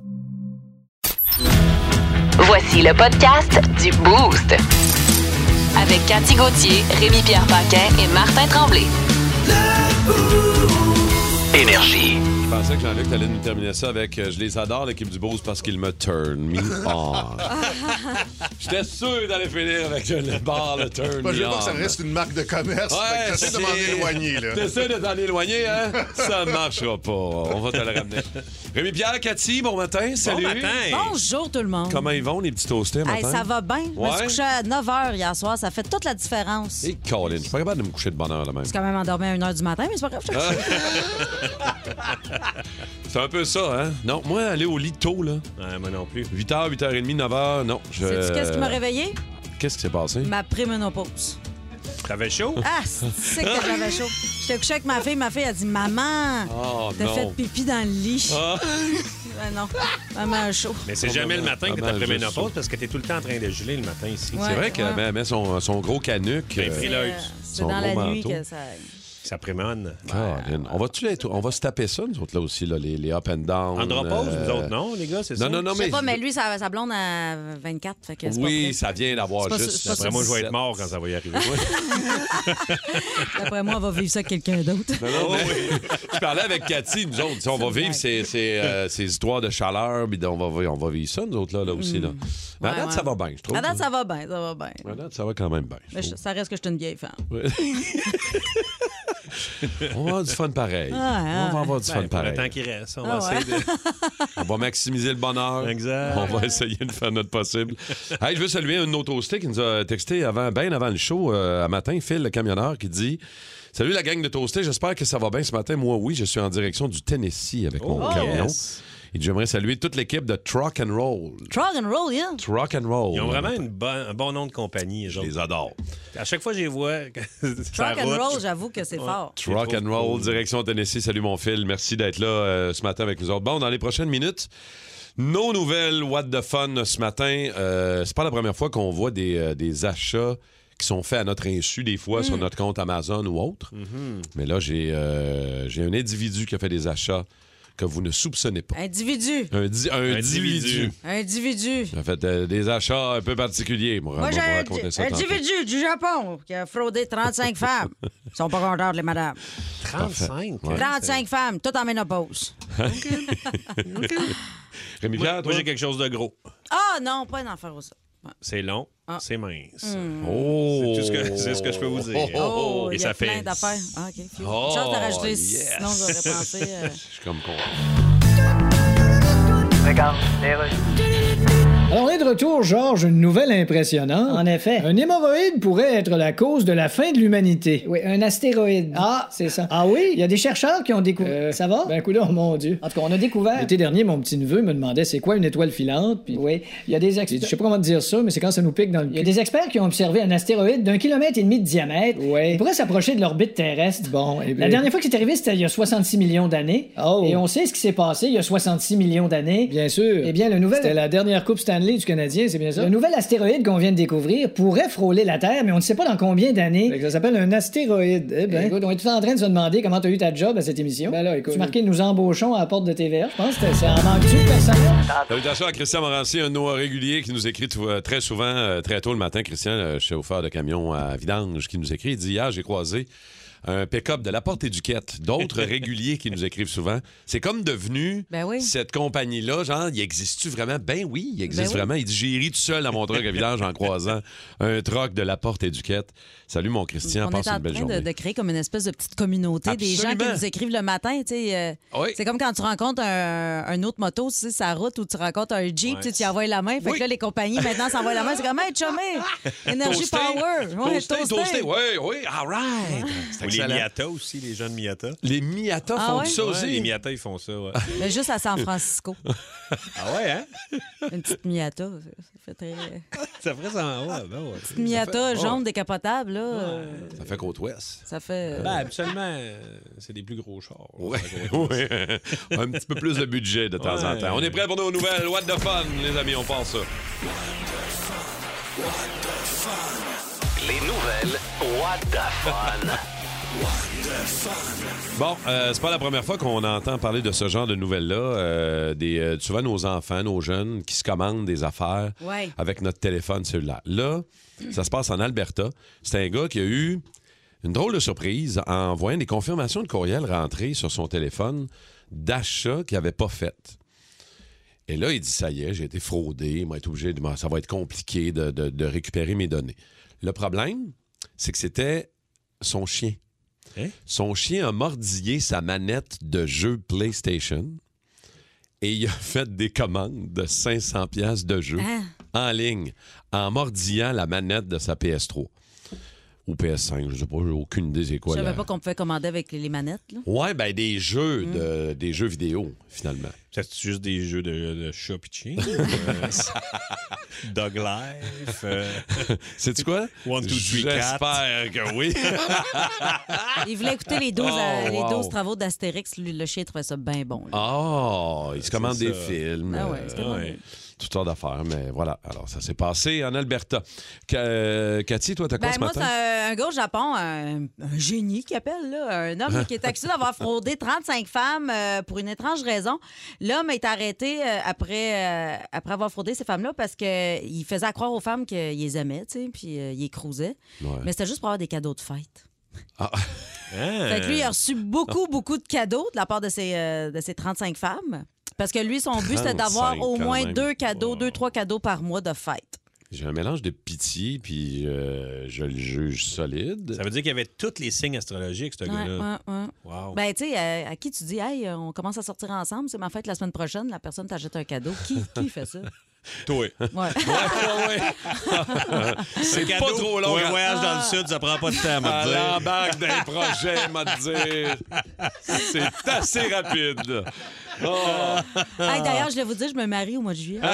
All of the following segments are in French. Voici le podcast du Boost. Avec Cathy Gauthier, Rémi-Pierre Paquin et Martin Tremblay. Énergie. Je pensais que Jean-Luc allait nous terminer ça avec euh, Je les adore, l'équipe du Beauce, parce qu'ils me turn me on. J'étais sûr d'aller finir avec euh, le bar, le turn Moi, Bah, je me veux pas que ça on. reste une marque de commerce. Ouais, fait que t'essaies de c'est- m'en éloigner, là. T'essaies de t'en éloigner, hein? Ça ne marchera pas. On va te le ramener. Rémi Pierre, Cathy, bon matin. Salut. Bonjour tout le monde. Comment ils vont, les petits toastés, Hey, matin? ça va bien? Je me Ouais. suis couché à 9 h hier soir. Ça fait toute la différence. Et Colin, je suis pas capable de me coucher de bonne heure, là même. Je suis quand même endormi à 1 h du matin, mais c'est pas grave. je- Ah, Hein? C'est un peu ça, hein? Non, moi, aller au lit tôt, là. moi non plus. 8h, 8h30, 9h, non. Je... Sais-tu qu'est-ce qui euh. m'a réveillé? Qu'est-ce qui s'est passé? Ma préménopause. T'avais Oh. chaud? Ah, c'est que j'avais chaud. J'étais couché avec ma fille. Ma fille a dit Maman, Ah. Oh, t'as non. fait pipi dans le lit. Ah. Ben non, maman a chaud. Mais c'est Ah, jamais le maman, matin que maman, t'as pris je ménopause sais. parce que t'es tout le temps en train de geler le matin ici. Ouais. C'est vrai qu'elle met son, son gros canuc. Ben, euh, frileux. Euh, C'est Son dans la gros nuit manteau. que ça. Ça prémone. Caroline, on va-tu être- on va se taper ça, nous autres, là aussi, là, les, les up and down. Andropause, euh, vous autres, non, les gars, c'est ça? Non, non, non, Je mais. sais pas, mais lui, sa, sa blonde à 24. Fait que c'est pas Oui, prêt. ça vient d'avoir C'est pas juste. ça- c'est pas Après moi, je vais être mort quand ça va y arriver. D'après moi, on va vivre ça avec quelqu'un d'autre. Non, non, mais- je parlais avec Cathy, nous autres. tu sais, On va vivre ces, ces, euh, ces histoires de chaleur, puis on va, on va vivre ça, nous autres, là, là aussi. Là. Mais à Mm. Hmm. Ouais, date, ouais. ça va bien, je trouve. À date, ça va bien, ça va bien. À date, ça va quand même bien. je Mais je- trouve. ça reste que je suis une vieille femme. On va avoir du fun pareil. Ah, ah, on va avoir du Ben, fun pour pareil. le temps qui reste, on Ah va ouais. essayer de... On va maximiser le bonheur. Exact. On va essayer de faire notre possible. Hey, je veux saluer un autre hosté qui nous a texté avant, bien avant le show, euh, à matin, Phil, le camionneur, qui dit Salut la gang de toasté, j'espère que ça va bien ce matin. Moi, oui, je suis en direction du Tennessee avec mon Oh, camion. yes. Et j'aimerais saluer toute l'équipe de Truck and Roll. Trog and roll, yeah. Truck and Roll. Ils ont vraiment une bonne- un bon nom de compagnie. Je genre. les adore. À chaque fois que je les vois, ça Truck and roule. roll, j'avoue que c'est fort. Truck and Roll, direction Tennessee. Salut mon Phil, merci d'être là euh, ce matin avec nous autres. Bon, dans les prochaines minutes, nos nouvelles What the Fun ce matin. Euh, c'est pas la première fois qu'on voit des, euh, des achats qui sont faits à notre insu, des fois Mm. sur notre compte Amazon ou autre. Mm-hmm. Mais là, j'ai euh, j'ai un individu qui a fait des achats que vous ne soupçonnez pas. Individu. Un, di- un individu. Individu. Individu. Il a fait euh, des achats un peu particuliers. Moi, Moi, on j'ai va un raconter ça un tantôt. individu du Japon qui a fraudé 35 femmes. Ils sont pas contents, les madames. 35. 35 femmes, toutes en ménopause. Rémi Pierre, Moi, toi? j'ai quelque chose de gros. Ah non, pas une affaire au ça. Hmm. C'est long, Ah. c'est mince. Oh! C'est tout ce que- c'est ce que je peux vous dire. Oh, oh, oh. Oh, et il y ça a fait- plein d'affaires. Ah, OK. Une Oh, chance de rajouter, yes. sinon j'aurais pensé... euh, Je suis comme con. On est de retour, Georges, une nouvelle impressionnante. En effet. Un hémorroïde pourrait être la cause de la fin de l'humanité. Oui, un astéroïde. Ah, c'est ça. Ah oui? Il y a des chercheurs qui ont découvert. ça va? Ben, coudonc, mon Dieu. En tout cas, on a découvert. L'été dernier, mon petit-neveu me demandait c'est quoi une étoile filante. Oui, il y a des experts. Je sais pas comment te dire ça, mais c'est quand ça nous pique dans le Il y a des experts qui ont observé un astéroïde d'un kilomètre et demi de diamètre. Oui. Il pourrait s'approcher de l'orbite terrestre. Bon, eh ben. La dernière fois que c'est arrivé, c'était il y a 66 millions d'années. Et on sait ce qui s'est passé il y a 66 millions d'années. Bien sûr. Eh bien, le nouvel. C'était la dernière Coupe Stanley du Canadien, c'est bien ça? Le nouvel astéroïde qu'on vient de découvrir pourrait frôler la Terre, mais on ne sait pas dans combien d'années. Ça s'appelle un astéroïde. Eh ben. Écoute, on est tout en train de se demander comment t'as eu ta job à cette émission. Ben là, écoute. Tu marquais nous embauchons à la porte de TVA. Je pense que ça en manque-tu, personnel? Salutations à Christian Morancier, un de nos réguliers qui nous écrit tout- euh, très souvent, euh, très tôt le matin. Christian, le chauffeur de camion à Vidange, qui nous écrit, il dit Hier, j'ai croisé un pick-up de la porte éduquette. D'autres réguliers qui nous écrivent souvent. C'est comme devenu Ben oui. cette compagnie-là. Genre, il existe-tu vraiment Ben oui, il existe Ben oui. vraiment. Il dit J'ai ri tout seul à mon truck à Vidange en croisant un truck de la porte éduquette. Salut, mon Christian, On passe est en une belle train journée. de, de créer comme une espèce de petite communauté des gens Absolument. qui nous écrivent le matin. tu sais, euh, Oui. C'est comme quand tu rencontres un, un autre moto, tu sais, sa route, ou tu rencontres un Jeep, tu sais, tu y envoies la main. Fait Oui. que là, les compagnies maintenant s'envoient la main. C'est comme, hey, chumé, Energy Toasté. Power. Ouais, Toasté, toasté. Oui, oui, all right. C'est les excellent. Miata aussi, les gens de Miata. Les Miata Ah font ouais? du ça Ouais, les aussi. Miata, ils font ça, ouais. Mais juste à San Francisco. ah ouais, hein? Une petite Miata. Ça fait très... Une Ça ferait ça. Ouais, ben ouais. petite Miata jaune décapotable, là. euh, Ça fait côte ouest. Ça fait... Ben, habituellement, euh, c'est des plus gros chars. Ouais, ouais. Un petit peu plus de budget de temps en Ouais. temps. On est prêt pour nos nouvelles. What the fun, les amis, on passe ça. Les nouvelles What the Fun. Bon, euh, c'est pas la première fois qu'on entend parler de ce genre de nouvelles-là. Euh, des, euh, souvent, nos enfants, nos jeunes qui se commandent des affaires Ouais. avec notre téléphone cellulaire. Là, ça se passe en Alberta. C'est un gars qui a eu une drôle de surprise en voyant des confirmations de courriel rentrées sur son téléphone d'achats qu'il n'avait pas faites. Et là, il dit ça y est, j'ai été fraudé, il m'a été obligé de- ça va être compliqué de, de- de récupérer mes données. Le problème, c'est que c'était son chien. Hein? Son chien a mordillé sa manette de jeu PlayStation et il a fait des commandes de 500 pièces de jeu Hein? en ligne en mordillant la manette de sa PS3 ou PS5, je sais pas, j'ai aucune idée c'est quoi. Je la- savais pas qu'on pouvait commander avec les manettes, là. Ouais, ben des jeux Mm. de, des jeux vidéo finalement. C'est juste des jeux de, de chat pis de chien, ou, euh, Dog Life. euh, C'est tu quoi One, two, three, J'espère que oui. Il voulait écouter les 12, Oh, euh, les wow. 12 travaux d'Astérix. Lui, le chien trouvait ça bien bon. là. Oh, il se commande C'est des ça. films. Ah ouais, euh, c'est pas mal. ouais. toutes sortes d'affaires, mais voilà. Alors, ça s'est passé en Alberta. Ca- euh, Cathy, toi, t'as quoi Ben, ce moi, c'est matin? un, un gars au Japon, un, un génie qui appelle, là, un homme qui est accusé d'avoir fraudé 35 femmes euh, pour une étrange raison. L'homme est arrêté euh, après, euh, après avoir fraudé ces femmes-là parce qu'il faisait à croire aux femmes qu'il les aimait, tu sais, puis euh, il les crousait. Ouais. Mais c'était juste pour avoir des cadeaux de fête. Ah. hein? Fait que Euh. lui, il a reçu beaucoup, beaucoup de cadeaux de la part de ses, euh, de ses 35 femmes. Parce que lui, son but, c'était d'avoir 35 au quand moins même. deux cadeaux, deux, trois cadeaux par mois de fête. J'ai un mélange de pitié, puis euh, je le juge solide. Ça veut dire qu'il y avait tous les signes astrologiques, ce Ouais, gars-là. ouais, ouais. Wow. Ben, tu sais, euh, à qui tu dis, hey, euh, on commence à sortir ensemble, c'est ma fête la semaine prochaine, la personne t'achète un cadeau. Qui, qui fait ça? Toi. Ouais. C'est pas trop long. Pour un voyage dans Ah. le sud, ça prend pas de temps, À à dire. l'embarque d'un projet, m'a dire. C'est assez rapide. Oh. Hey, D'ailleurs, je vais vous dire, je me marie au mois de juillet.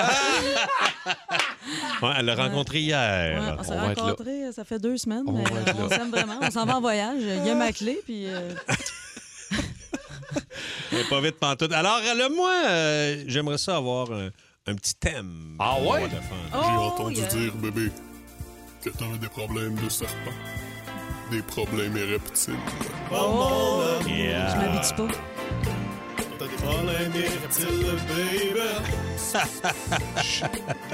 Ah! Ouais, elle l'a rencontré hier. Ouais, on s'est on va être là. rencontrés, euh, ça fait deux semaines. On mais, va euh, être On là. Ah! s'aime vraiment. On s'en va en voyage. Il y a ma clé, puis. euh, Elle est Pas vite pantoute. Alors, le moi, euh, j'aimerais ça avoir un, un petit thème. Ah pour ouais? le mois de fin. J'ai oh, entendu yeah. dire, bébé, que t'en as des problèmes de serpent, des problèmes et reptiles. Yeah. Oh! Je m'habitue pas.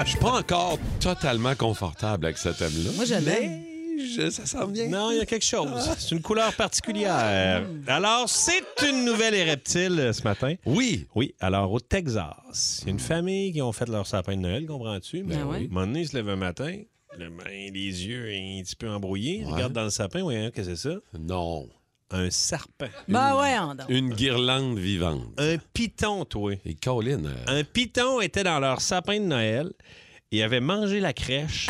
Je suis pas encore totalement confortable avec ce thème-là. Moi, je l'aime. Mais je- ça sent bien. Non, il y a quelque chose. C'est une couleur particulière. Alors, c'est une nouvelle et reptile euh, ce matin. Oui. Oui, alors au Texas, il y a une famille qui ont fait leur sapin de Noël, comprends-tu? Ben Mais Ah ouais? à un moment donné, ils se lèvent un matin, le main, les yeux un petit peu embrouillés, ils regardent dans le sapin, voyons, qu'est-ce que c'est ça? Non. Un serpent. Ben, ouais, on donc. Une guirlande vivante. Un piton, toi. Et Colin. euh, Un piton était dans leur sapin de Noël. Il avait mangé la crèche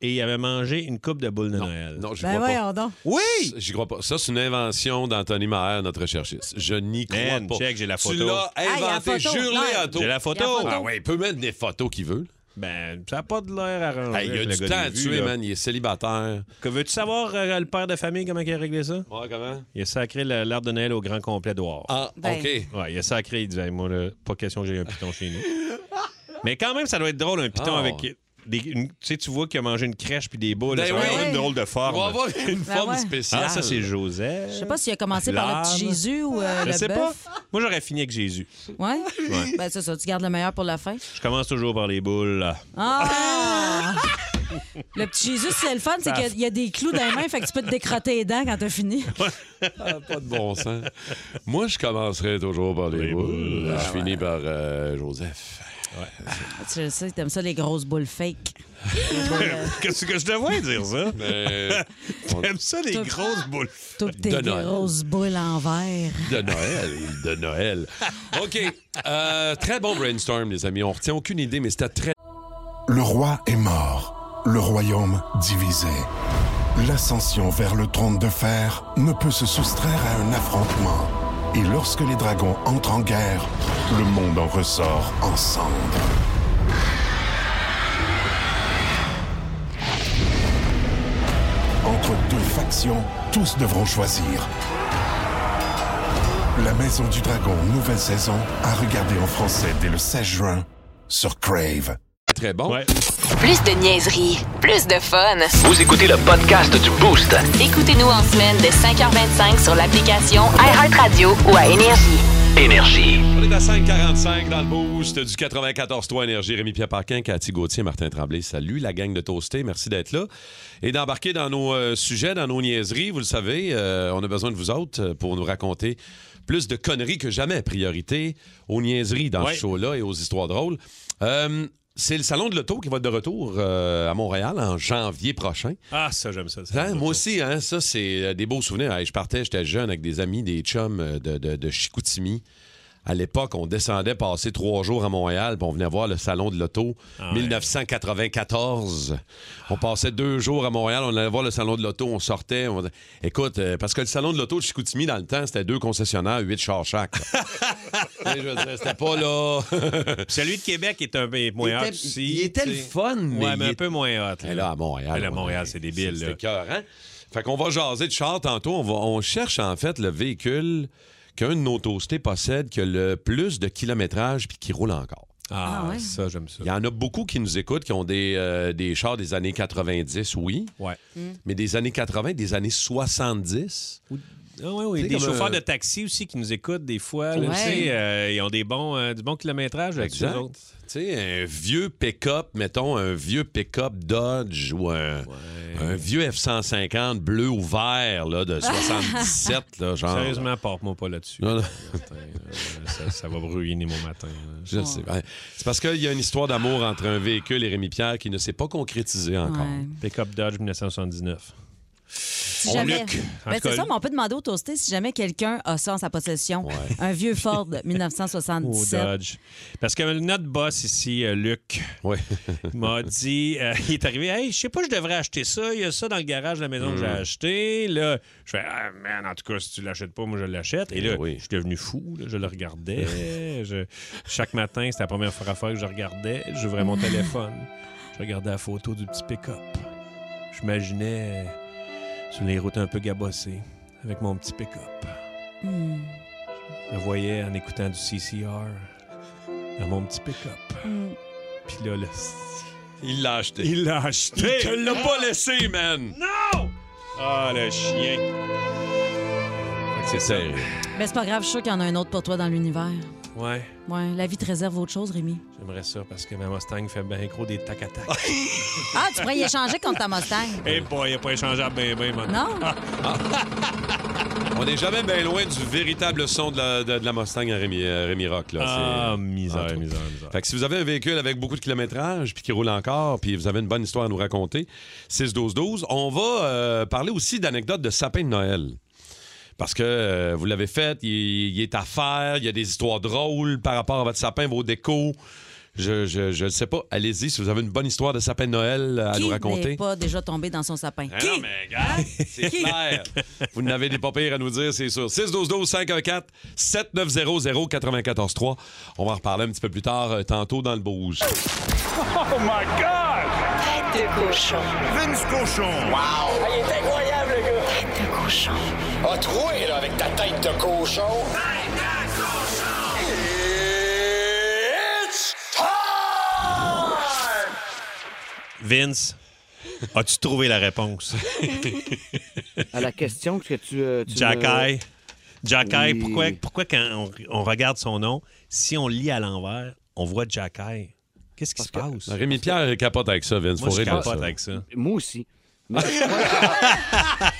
et il avait mangé une coupe de boules de Noël. non, je Ah! Ben, crois pas. voyons donc. Oui! J'y crois pas. Ça, c'est une invention d'Anthony Maher, notre cherchiste. Je n'y crois Man, pas. check, j'ai la Tu photo. l'as il y a la inventé. photo. Jure-le Non, à Il toi. J'ai la y a la photo. photo. Ah ouais, il peut mettre des photos qu'il veut. Ben, ça n'a pas de l'air arrangé. Hey, il y a Ah le du gars temps à de vue, tuer, là. man. Il est célibataire. Que veux-tu savoir, euh, le père de famille, comment il a réglé ça? Ouais, comment? Il a sacré la- l'arbre de Noël au grand complet d'or. Ah, Ben. OK. Ouais, il a sacré, il disait, moi, là, pas question que j'ai un piton chez nous. Mais quand même, ça doit être drôle, un piton Ah. avec. des- une- tu sais, tu vois qu'il a mangé une crèche puis des boules. Ben ça oui. doit avoir une drôle de On forme. va avoir une forme Ben ouais. spéciale. Ah, ça, c'est Joseph. Je sais pas s'il a commencé par le petit L'âme. Jésus ou euh, Je le sais pas. bœuf. Moi, j'aurais fini avec Jésus. Ouais? Ben, c'est ça. Tu gardes le meilleur pour la fin. Je commence toujours par les boules. là. Ah! Le petit Jésus, c'est le fun, c'est qu'il y a- il y a des clous dans les mains, fait que tu peux te décrotter les dents quand t'as fini. Ah, pas de bon sens. Moi, je commencerai toujours par les boules. Ah Je finis par euh, Joseph. Tu sais, t'aimes ça, les grosses boules fake. euh, Qu'est-ce que je devrais dire ça? Mais J'aime ça, les grosses boules. Toutes tes Ben, De Noël. grosses boules en verre. de Noël, de Noël. OK. Euh, très bon brainstorm, les amis. On retient aucune idée, mais c'était très Le roi est mort, le royaume divisé. L'ascension vers le trône de fer ne peut se soustraire à un affrontement. Et lorsque les dragons entrent en guerre, le monde en ressort en cendres. Entre deux factions, tous devront choisir. La Maison du Dragon, nouvelle saison, à regarder en français dès le 16 juin sur Crave. Très bon. Plus de niaiserie, plus de fun. Vous écoutez le podcast du Boost. Écoutez-nous en semaine de 5h25 sur l'application iHeartRadio ou à Énergie. Énergie. On est à 5h45 dans le boost du 94-3 Énergie. Rémi Pierre Parquin, Cathy Gauthier, Martin Tremblay. Salut la gang de Toasté. Merci d'être là et d'embarquer dans nos euh, sujets, dans nos niaiseries. Vous le savez, euh, on a besoin de vous autres euh, pour nous raconter plus de conneries que jamais. Priorité aux niaiseries dans Ouais. ce show-là et aux histoires drôles. Euh, c'est le salon de l'auto qui va être de retour euh, à Montréal en janvier prochain. Ah, ça, j'aime ça. ça. Hein, moi aussi, hein, ça, c'est euh, des beaux souvenirs. Hey, je partais, j'étais jeune avec des amis, des chums euh, de, de- de Chicoutimi. À l'époque, on descendait passer trois jours à Montréal, puis on venait voir le salon de l'auto, Ah ouais. 1994. On passait deux jours à Montréal, on allait voir le salon de l'auto, on sortait. on- Écoute, euh, parce que le salon de l'auto de Chicoutimi, dans le temps, c'était deux concessionnaires, huit chars chaque. là. Tu sais, je veux dire, c'était pas là. Puis Celui de Québec est un peu moins hot était- aussi. il était tu le sais. fun, mais Ouais, il mais un est- peu moins hot. Mais là, à Montréal. Mais là, à ouais, Montréal, c'est débile, C'est là. c'est écœurant. Fait qu'on va jaser de char tantôt. On, va, on cherche, en fait, le véhicule qu'un de nos toastés possède qui a le plus de kilométrage puis qui roule encore. Ah, Ah ouais. ça, j'aime ça. Il y en a beaucoup qui nous écoutent qui ont des, euh, des chars des années 90, oui, Ouais. mais des années 80, des années 70. Ah ouais, oui. Tu sais, Des comme, chauffeurs euh, de taxi aussi qui nous écoutent des fois. là, Ouais. tu sais, euh, ils ont des bons, euh, du bon kilométrage avec Exact. nous autres. Tu sais, un vieux pick-up, mettons, un vieux pick-up Dodge ou un, un vieux F-150 bleu ou vert là, de 77, là, genre. Sérieusement, porte-moi pas là-dessus. Non, non. Martin. Euh, ça, ça va brûler mon matin. là. Je le sais. Ouais. C'est parce qu'il y a une histoire d'amour entre un véhicule et Rémi Pierre qui ne s'est pas concrétisée encore. Ouais. Pick-up Dodge 1979. Si On jamais... luc. En Ben, c'est tout cas, ça, mais on peut demander au toasté si jamais quelqu'un a ça en sa possession. Un vieux Ford Au Oh, 1977. Dodge. Parce que notre boss ici, euh, Luc, Ouais. m'a dit, euh, il est arrivé, hey, je sais pas, je devrais acheter ça. Il y a ça dans le garage de la maison que j'ai Hmm. acheté. Là, je fais, ah man, en tout cas, si tu l'achètes pas, moi je l'achète. Et Eh là, oui. je suis devenu fou. là. je le regardais. Je- chaque matin, c'était la première fois fois que je regardais. J'ouvrais mon téléphone. Je regardais la photo du petit pick-up. J'imaginais euh, sur les routes un peu gabossées avec mon petit pick-up. Hmm. Je le voyais en écoutant du CCR dans mon petit pick-up. Hmm. Puis là, le... Il l'a acheté. il l'a acheté. te l'a pas laissé, man! Non! Ah, le chien. Fait que C'est sérieux. Mais Ben, c'est pas grave, je suis sûr qu'il y en a un autre pour toi dans l'univers. Ouais, Ouais, la vie te réserve autre chose, Rémi. j'aimerais ça parce que ma Mustang fait bien gros des tac à tac. Ah, tu pourrais y échanger contre ta Mustang. Eh boy, il a pas échangeable ben ben, mon Non? Ah. On n'est jamais bien loin du véritable son de la, de, de la Mustang à Rémi, à Rémi Rock. Là. Ah, C'est- misère, entre- misère, misère. Fait que si vous avez un véhicule avec beaucoup de kilométrage puis qui roule encore, puis vous avez une bonne histoire à nous raconter, 6-12-12, on va euh, parler aussi d'anecdotes de sapin de Noël. Parce que euh, vous l'avez fait, il, il est à faire, il y a des histoires drôles par rapport à votre sapin, vos décos. Je ne je, je le sais pas. Allez-y si vous avez une bonne histoire de sapin de Noël à Qui nous n'est raconter. pas déjà tombé dans son sapin? Ah Non, mais regarde, c'est clair. Vous n'avez des pas pires à nous dire, c'est sûr. 612-12-514-7900-943. On va en reparler un petit peu plus tard, euh, tantôt dans le bouge. Oh Tête de cochon. Ah, il est incroyable, le gars! Tête de cochon. A troué, là, avec ta tête de cochon! Tête de cochon! It's time! Vince, as-tu trouvé la réponse? À la question que tu. euh, tu Jack me- Eye. Jack Eye, Oui. pourquoi, pourquoi quand on, on regarde son nom, si on lit à l'envers, on voit Jack Eye? Qu'est-ce qui se passe? Rémi Pierre capote avec ça, Vince. Moi, Faut je rire de ça. capote avec ça. Moi aussi. Mais je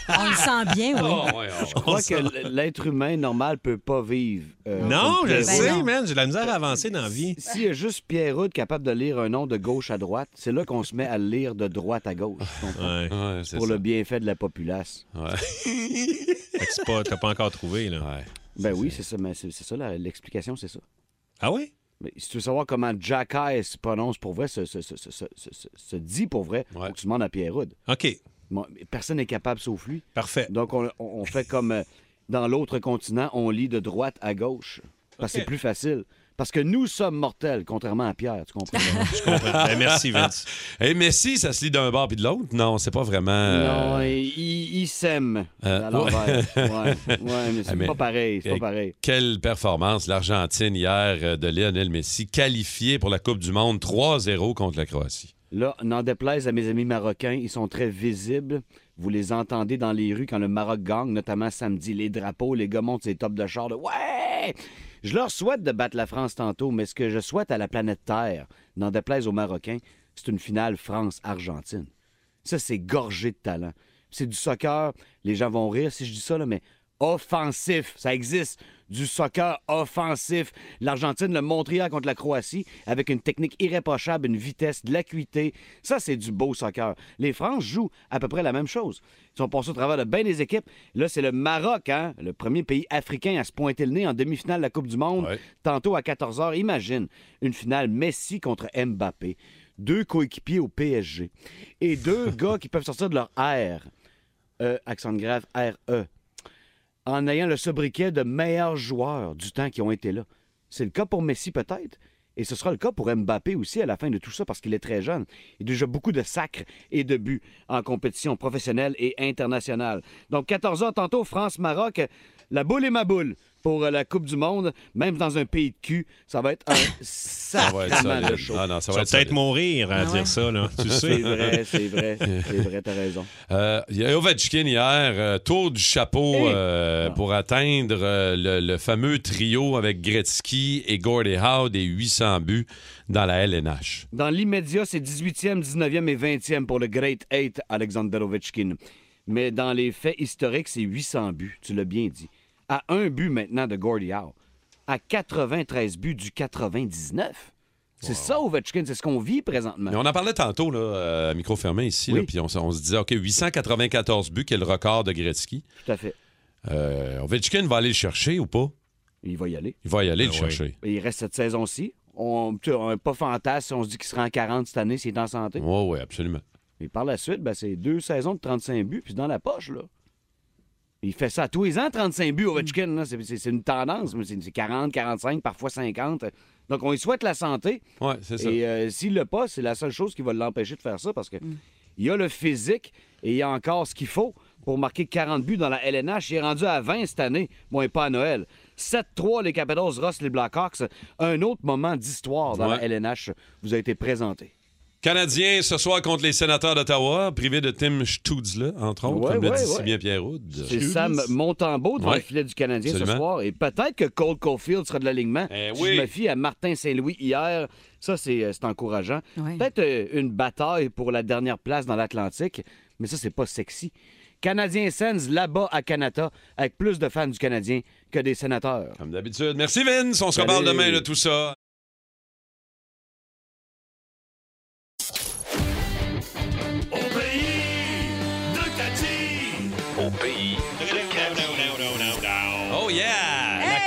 On le sent bien, oui. Ah, ouais, ah, ouais. crois que l- l'être humain normal peut pas vivre. euh, Non, comme je le Pierrot. sais, non. man. J'ai de la misère à avancer dans la vie. S'il y a juste Pierrot capable de lire un nom de gauche à droite, c'est là qu'on se met à le lire de droite à gauche. tu comprends? Ouais. Ouais, c'est Pour ça. le bienfait de la populace. Ouais. Fait que c'est pas- T'as pas encore trouvé, là. Ouais. Ben oui, c'est ça, mais c'est c'est ça, la- l'explication, c'est ça. Ah oui? Mais si tu veux savoir comment Jack Eye se prononce pour vrai, se, se- se- se- se- se- se dit pour vrai, Ouais. faut que tu demandes à Pierrot. OK. Bon, personne n'est capable sauf lui. Parfait. Donc, on, on- on fait comme euh, dans l'autre continent, on lit de droite à gauche. Parce que Ok. c'est plus facile. Parce que nous sommes mortels, contrairement à Pierre, tu comprends? Je comprends. Ben, merci, Vince. Et Messi, Eh, ça se lit d'un bord puis de l'autre? Non, c'est pas vraiment. euh, Non, il, il- il s'aime euh, à l'envers. Ouais. Ouais, mais Ah, c'est pas pareil, c'est euh, pas pareil. Quelle performance, l'Argentine, hier, euh, de Lionel Messi, qualifié pour la Coupe du Monde 3-0 contre la Croatie. Là, n'en déplaise à mes amis marocains, ils sont très visibles. Vous les entendez dans les rues quand le Maroc gagne, notamment samedi. Les drapeaux, les gars montent ses tops de char de Ouais! Je leur souhaite de battre la France tantôt, mais ce que je souhaite à la planète Terre, n'en déplaise aux Marocains, c'est une finale France-Argentine. Ça, c'est gorgé de talent. C'est du soccer, les gens vont rire si je dis ça, là, mais offensif, ça existe. Du soccer offensif. L'Argentine le montre hier contre la Croatie avec une technique irréprochable, une vitesse, de l'acuité. Ça, c'est du beau soccer. Les France jouent à peu près la même chose. Ils sont passés au travers de bien des équipes. Là, c'est le Maroc, hein, le premier pays africain à se pointer le nez en demi-finale de la Coupe du Monde, tantôt à 14h. Imagine une finale Messi contre Mbappé deux coéquipiers au PSG et deux gars qui peuvent sortir de leur R, E, accent de grave, RE, en ayant le sobriquet de meilleurs joueurs du temps qui ont été là. C'est le cas pour Messi peut-être. Et ce sera le cas pour Mbappé aussi à la fin de tout ça parce qu'il est très jeune. Il a déjà beaucoup de sacres et de buts en compétition professionnelle et internationale. Donc 14 h tantôt, France-Maroc, la boule et ma boule pour euh, la Coupe du Monde, même dans un pays de cul, ça va être un sacrement de solide. show. Ah non, ça Tu va vas être peut-être solide. mourir à Ah ouais. dire ça, là. Tu sais. C'est vrai, c'est vrai, c'est vrai, t'as raison. Euh, Il y a Ovechkin hier, euh, tour du chapeau euh, pour atteindre euh, le, le fameux trio avec Gretzky et Gordie Howe des 800 buts dans la LNH. Dans l'immédiat, c'est 18e, 19e et 20e pour le Great Eight, Alexander Ovechkin. Mais dans les faits historiques, c'est 800 buts, tu l'as bien dit. À un but maintenant de Gordie Howe. À 93 buts du 99. C'est ça, Ovechkin, c'est ce qu'on vit présentement. Mais on en parlait tantôt, là, euh, à micro fermé ici, là, puis on, s- on se disait, OK, 894 buts, qui est le record de Gretzky. Tout à fait. Euh, Ovechkin va aller le chercher ou pas? Il va y aller. Il va y aller Ah le oui. chercher. Et Il reste cette saison-ci. On n'est pas fantasme, on se dit qu'il sera en 40 cette année s'il est en santé. Oui, oui, absolument. Et par la suite, ben, c'est deux saisons de 35 buts, puis dans la poche, là. Il fait ça tous les ans, 35 buts, Mm. Ovechkin. là. C'est- C'est c'est une tendance. mais C'est c'est 40, 45, parfois 50. Donc, on lui souhaite la santé. Ouais, c'est ça. Et euh, s'il le pas, c'est la seule chose qui va l'empêcher de faire ça parce que Mm. il a le physique et il a encore ce qu'il faut pour marquer 40 buts dans la LNH. Il est rendu à 20 cette année, bon, et pas à Noël. 7-3, les Capitals rossent les Blackhawks. Un autre moment d'histoire dans la LNH vous a été présenté. Canadien ce soir contre les sénateurs d'Ottawa, privé de Tim Stutzla, entre autres, Ouais, comme le ouais, dit si ouais. bien Pierrot. C'est Sam Montembeau devant Ouais. le filet du Canadien ce Absolument. Eh soir. Et peut-être que Cole Caulfield sera de l'alignement. si oui. je me fie à Martin Saint-Louis hier, ça, c'est euh, c'est encourageant. Peut-être euh, une bataille pour la dernière place dans l'Atlantique, mais ça, c'est pas sexy. Canadien Sens là-bas à Canada, avec plus de fans du Canadien que des sénateurs. Comme d'habitude. Merci Vince, on se reparle Salut. demain de tout ça. Au pays de Cathy. Au pays de Cathy. Oh yeah!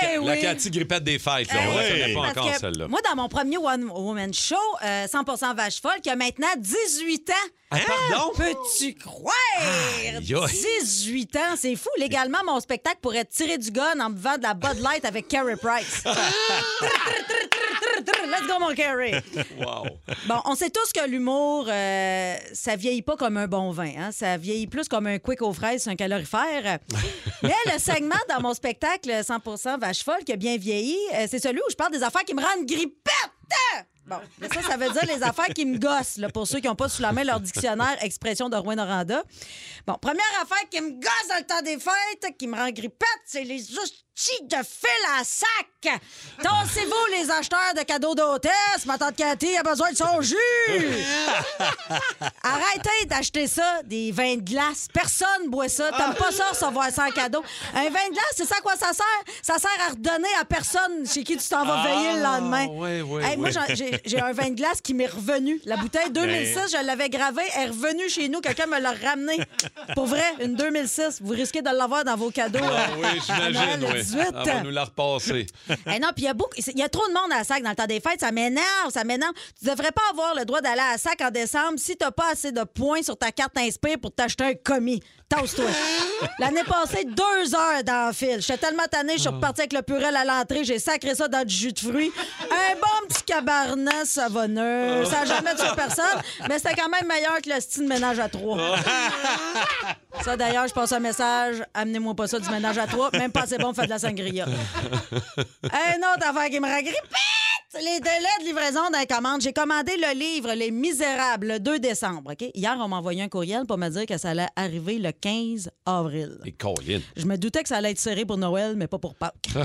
Eh la, oui. la Cathy Grippette des fêtes, là. Eh on la oui. connaît pas Parce encore, que celle-là. Moi, dans mon premier One Woman Show, euh, 100% Vache Folle, qui a maintenant 18 ans. Ah, Hein? pardon? Peux-tu croire? Aïe, aïe. 18 ans, c'est fou. Légalement, mon spectacle pourrait être tiré du gun en me buvant de la Bud Light avec Carrie Price. Ah! Trrr, trrr, trrr, trrr, Let's go, mon Carrie. Wow. Bon, on sait tous que l'humour, euh, ça vieillit pas comme un bon vin. hein. Ça vieillit plus comme un quick aux fraises sur un calorifère. Mais le segment dans mon spectacle 100% vache folle qui a bien vieilli, euh, c'est celui où je parle des affaires qui me rendent grippette. Bon, mais ça, ça veut dire les affaires qui me gossent, là, pour ceux qui n'ont pas sous la main leur dictionnaire expression de Rouen Noranda. Bon, première affaire qui me gosse dans le temps des fêtes, qui me rend grippette, c'est les hosties de fil à sac. Tassez-vous, les acheteurs de cadeaux d'hôtesse. Ma tante Cathy a besoin de son jus. Arrêtez d'acheter ça, des vins de glace. Personne boit ça. T'aimes pas ça, recevoir ça en cadeau. Un vin de glace, c'est ça à quoi ça sert? Ça sert à redonner à personne chez qui tu t'en vas Ah, veiller le lendemain. ouais, ouais, Ben. Hey, Moi, ouais. j'en- j'ai j'ai un vin de glace qui m'est revenu. La bouteille 2006, je l'avais gravée, elle est revenue chez nous. Quelqu'un me l'a ramenée. Pour vrai, une 2006. Vous risquez de l'avoir dans vos cadeaux. Ah euh, oui, à Noël j'imagine, le oui. 18 2018. On va nous la repasser. Eh non, puis il y a beaucoup, il y a trop de monde à la sac dans le temps des fêtes, ça m'énerve, ça m'énerve. Tu devrais pas avoir le droit d'aller à la sac en décembre si t'as pas assez de points sur ta carte Inspire pour t'acheter un commis. Tasse-toi. L'année passée, deux heures dans le fil. J'étais tellement tannée, je suis repartie avec le purel à l'entrée, j'ai sacré ça dans du jus de fruits. Un bon petit cabernet savonneux. Ça n'a jamais tué personne, mais c'était quand même meilleur que le style ménage à trois. Ça, d'ailleurs, je passe un message. Amenez-moi pas ça du ménage à trois. Même pas assez bon, faites de la sangria. Un autre affaire qui me ragrippette! Les délais de livraison d'un commande. J'ai commandé le livre Les Misérables le 2 décembre. OK? Hier, on m'a envoyé un courriel pour me dire que ça allait arriver le 15 avril. Et Colin. Je me doutais que ça allait être serré pour Noël, mais pas pour Pâques. Hein?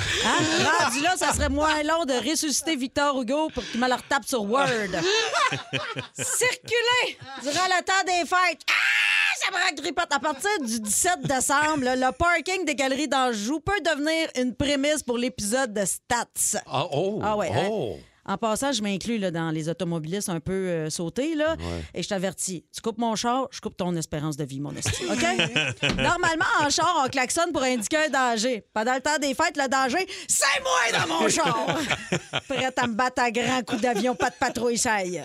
Rendu là, ça serait moins long de ressusciter Victor Hugo pour qu'il me la retape sur Word. Circuler durant le temps des fêtes. Ah! Ça me ragrippette. À partir du 17 décembre, là, le parking des galeries d'Anjou peut devenir une prémisse pour l'épisode de Stats. Ah, oh! Ah ouais, hein? oh. En passant, je m'inclus là, dans les automobilistes un peu euh, sautés. Là, Et je t'avertis, tu coupes mon char, je coupe ton espérance de vie, mon esti. OK? Normalement, en char, on klaxonne pour indiquer un danger. Pendant le temps des fêtes, le danger, c'est moi dans mon char! Prête à me battre à grands coups d'avion, pas de patrouille, ça aille.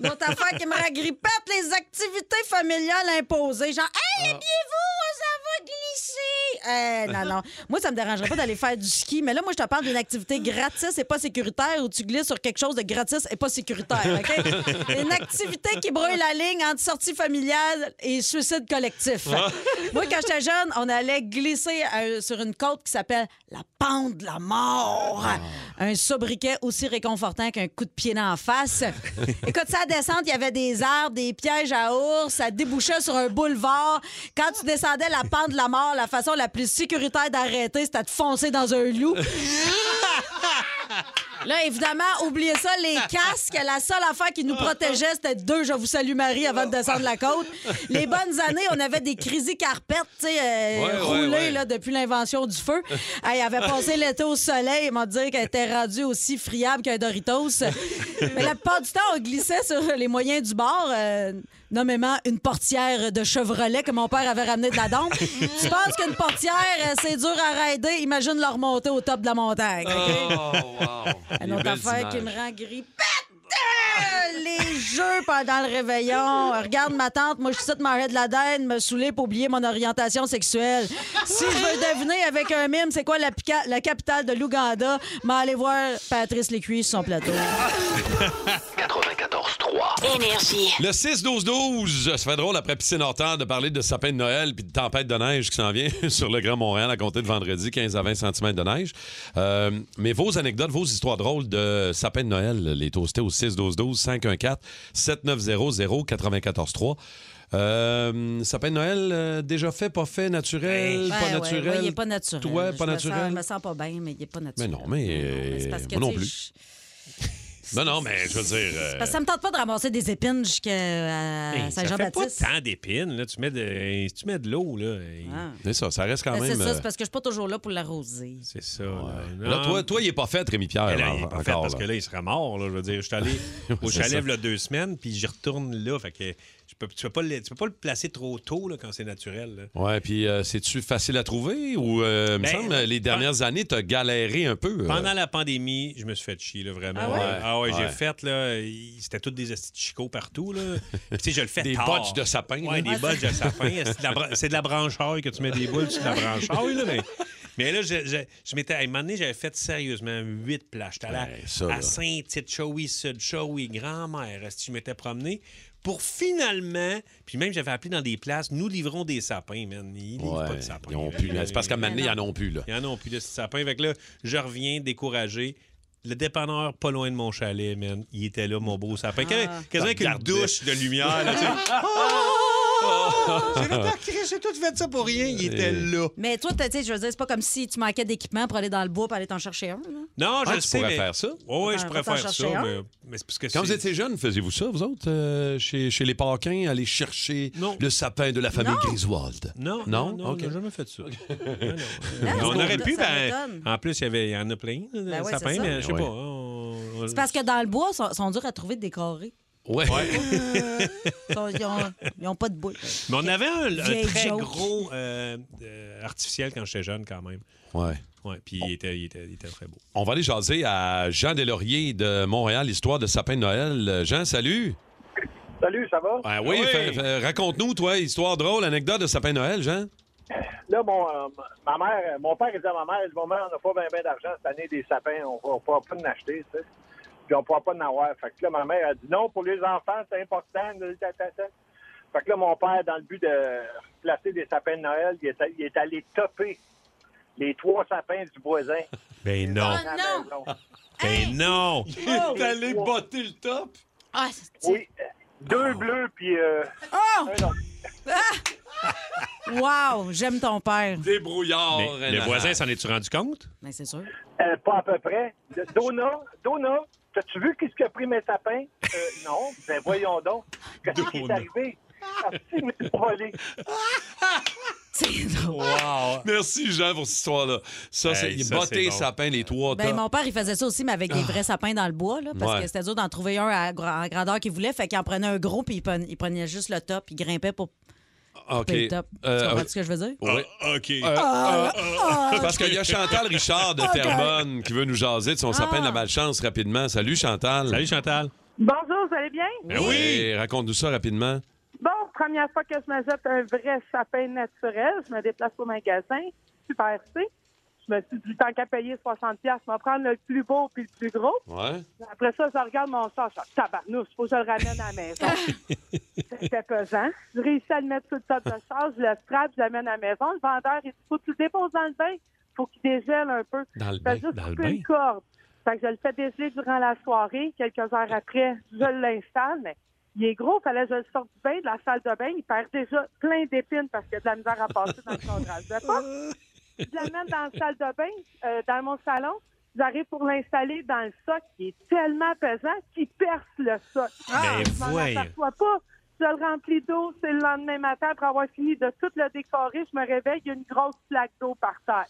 L'autre affaire qui me ragrippette, les activités familiales imposées. Genre, Ah. hey, habillez-vous, ça va glisser! Euh, non, non. Moi, ça me dérangerait pas d'aller faire du ski, mais là, moi, je te parle d'une activité gratis et pas sécuritaire où tu glisses sur quelque chose de gratis et pas sécuritaire, OK? Une activité qui brûle la ligne entre sortie familiale et suicide collectif. Moi, quand j'étais jeune, on allait glisser euh, sur une côte qui s'appelle la pente de la mort. Un sobriquet aussi réconfortant qu'un coup de pied dans la face. Écoute, ça descente, il y avait des arbres, des pièges à ours, ça débouchait sur un boulevard. Quand tu descendais la pente de la mort, la façon la plus sécuritaire d'arrêter, c'était de foncer dans un loup. Là, évidemment, oubliez ça, les casques. La seule affaire qui nous protégeait, c'était deux Je vous salue Marie avant de descendre la côte. Les bonnes années, on avait des crisis carpettes, tu sais, euh, Ouais, ouais, roulées, ouais. là, depuis l'invention du feu. Elle avait passé l'été au soleil et m'a dit qu'elle était rendue aussi friable qu'un Doritos. Mais la plupart du temps, on glissait sur les moyens du bord, euh, nommément une portière de Chevrolet que mon père avait ramenée de la dompe. tu penses qu'une portière, euh, c'est dur à rider? Imagine leur monter au top de la Oh, montagne. OK? Oh. Une autre affaire qui me rend grippette! euh, Les jeux pendant le réveillon. Euh, Regarde ma tante, moi je suis de m'arrêter de la denne, me saouler pour oublier mon orientation sexuelle. Si je veux deviner avec un mime c'est quoi la, pica- la capitale de l'Ouganda, m'aller voir Patrice Lécuyer sur son plateau. 94-3. Énergie. Le 6-12-12, ça fait drôle après Piscine Hortan de parler de sapin de Noël puis de tempête de neige qui s'en vient sur le Grand Montréal à compter de vendredi, 15 à 20 cm de neige. Euh, mais vos anecdotes, vos histoires drôles de sapin de Noël, les toastés au 6-12-12, 514-7900-943. Euh, sapin de Noël, euh, déjà fait, pas fait, naturel, Ben Eh, pas ouais, naturel. ouais, il est pas naturel. Toi, Je pas me naturel. sens- Je me sens pas bien, mais il est pas Mais naturel. non, mais. c'est parce que, moi non tu sais, plus. Non, non, mais je veux dire. euh, Eh, Parce que ça me tente pas de ramasser des épines jusqu'à Hey, ça fait pas Saint-Jean-Baptiste. tant d'épines. là. Tu mets de, tu mets de l'eau. là. Et- Ah. C'est ça, ça reste quand Ben, même. C'est ça, euh, c'est parce que je suis pas toujours là pour l'arroser. C'est ça. là. Là, Non, toi, toi, il est pas fait, Rémi Pierre. mais là, là, il est pas fait encore, parce là. que là, il serait mort. là. Je veux dire, je suis allé au c'est ça. chalet là, deux semaines, puis j'y retourne là. Fait que je peux, tu ne peux, pas le- tu peux pas le placer trop tôt là, quand c'est naturel. là. Ouais, puis euh, c'est-tu facile à trouver ou, euh, me Ben, semble, les dernières années, t'as galéré un peu. euh. Pendant la pandémie, je me suis fait chier, là, vraiment. Ah ouais? Ouais. j'ai fait, là, il- c'était toutes des esti de chicots partout, là. Puis, tu sais, je le fais Des tard. botches de sapin, là. Ouais, des botches de sapin. C'est de la bran- C'est de la branchaille que tu mets des boules, c'est de la branchaille, là, mais... Mais là, je, je, je m'étais. À un moment donné, j'avais fait sérieusement huit plages. J'étais allé Ouais, Ben, ça, à- là. à Saint-Tite, Chowy Sud, Chowy, Grand-Mère. esti, Je m'étais promené pour finalement. Puis même, j'avais appelé dans des places, nous livrons des sapins, man. Ils livrent Ouais, pas de sapins. ils ont là. pu. C'est parce qu'à un moment donné, ils en ont plus, là. Il y en a plus de ce sapin. Fait que là, je reviens découragé. Le dépanneur, pas loin de mon chalet, man, il était là, mon beau sapin. Quasiment Quasiment Bah, avec une Regardez. douche de Ah, lumière, là, tu sais. J'ai fait, Ah, Christ, j'ai tout fait ça pour rien. Il était Euh. là. Mais toi, t'as- tu sais, je veux dire, c'est pas comme si tu manquais d'équipement pour aller dans le bois pour aller t'en chercher un. là. Non, je Ah, le tu sais. pourrais mais- faire ça? Oui, je Ah, pourrais t'en faire chercher ça. un? Mais, mais c'est parce que Quand vous c'est- étiez jeune, faisiez-vous ça, vous autres, euh, chez, chez les parquins, aller chercher Non. le sapin de la famille Non. Griswold? Non, Non? non, non, OK. on n'a jamais fait ça. Non, non. Non, on ça aurait m'étonne- pu, ça ben, m'étonne. en plus, il y, avait, il y en a plein, là, de Ben ouais, sapins, c'est ça. mais je sais Ouais. pas. on- on- C'est parce que dans le bois, ils sont, sont durs à trouver décorés. Ouais. Ils ont- Ils ont- ils ont pas de boule. Mais on avait un, un Vieille très joke. gros euh, euh, artificiel quand j'étais jeune, quand même. Ouais. Ouais, puis Oh. il était, il était- il était très beau. On va aller jaser à Jean Delaurier de Montréal, histoire de sapin de Noël. Euh, Jean, salut. Salut, ça va? Ben Ah oui, fais- fais- raconte-nous, toi, histoire drôle, anecdote de sapin de Noël, Jean. Là, mon, euh, ma mère, mon père il disait à ma mère, du moment on n'a pas bien ben, d'argent cette année des sapins, on ne pourra pas en acheter, tu sais. Puis on ne pourra pas en avoir. Fait que là, ma mère a dit non, pour les enfants, c'est important. ta, ta, ta. Fait que là, mon père, dans le but de placer des sapins de Noël, il est, a- il est allé topper les trois sapins du voisin. Ben non. Dans la maison. Ben non. Il est allé botter le top? Ah, oui. Deux bleus, puis... euh, Oh! un autre. Wow, j'aime ton père. Débrouillard. Mais le voisin s'en est-tu rendu compte? Mais Ben, c'est sûr. Euh, pas à peu près. Le- Dona, Dona, as-tu vu qu'est-ce qui a pris mes sapins? Euh, non. Ben voyons donc. Qu'est-ce qui est Dona. arrivé? Ah, si, mais c'est volé. Merci, Jean, pour cette histoire-là. Ça, Hey, c'est ça, botter c'est bon. sapin, les trois Ben, tops. mon père, il faisait ça aussi, mais avec des vrais sapins dans le bois, là, parce Ouais. que c'était dur d'en trouver un à gra- en grandeur qu'il voulait. Fait qu'il en prenait un gros, puis il prenait, il prenait juste le top, il grimpait pour OK. couper le top. Euh, tu comprends euh, ce que je veux dire? Oui. OK. Ah, euh, ah, parce ok. qu'il y a Chantal Richard de Ok. Terrebonne qui veut nous jaser de son sapin de la malchance rapidement. Salut, Chantal. Salut, Chantal. Bonjour, vous allez bien? Ben oui. Raconte-nous ça rapidement. Bon, première fois que je m'achète un vrai sapin naturel, je me déplace au magasin, super C. Je me suis dit, tant qu'à payer 60$, je vais prendre le plus beau puis le plus gros. Ouais. Après ça, je regarde mon char, je dis, tabarnouche, faut que je le ramène à la maison. C'était pesant. Je réussis à le mettre sur le top de char, je le frappe, je l'amène à la maison. Le vendeur, il dit, faut que tu le déposes dans le bain, faut qu'il dégèle un peu. Dans le Je bain, fais juste dans le couper bain. une corde. Fait que je le fais dégeler durant la soirée. Quelques heures après, je l'installe, mais il est gros, fallait que je le sorte du bain, de la salle de bain. Il perd déjà plein d'épines parce qu'il y a de la misère à passer dans le contraste de pas. Je l'amène dans la salle de bain, euh, dans mon salon. J'arrive pour l'installer dans le soc qui est tellement pesant qu'il perce le soc. Mais je m'en voyons. aperçois pas. Je le remplis d'eau. C'est le lendemain matin, après avoir fini de tout le décorer, je me réveille, il y a une grosse plaque d'eau par terre.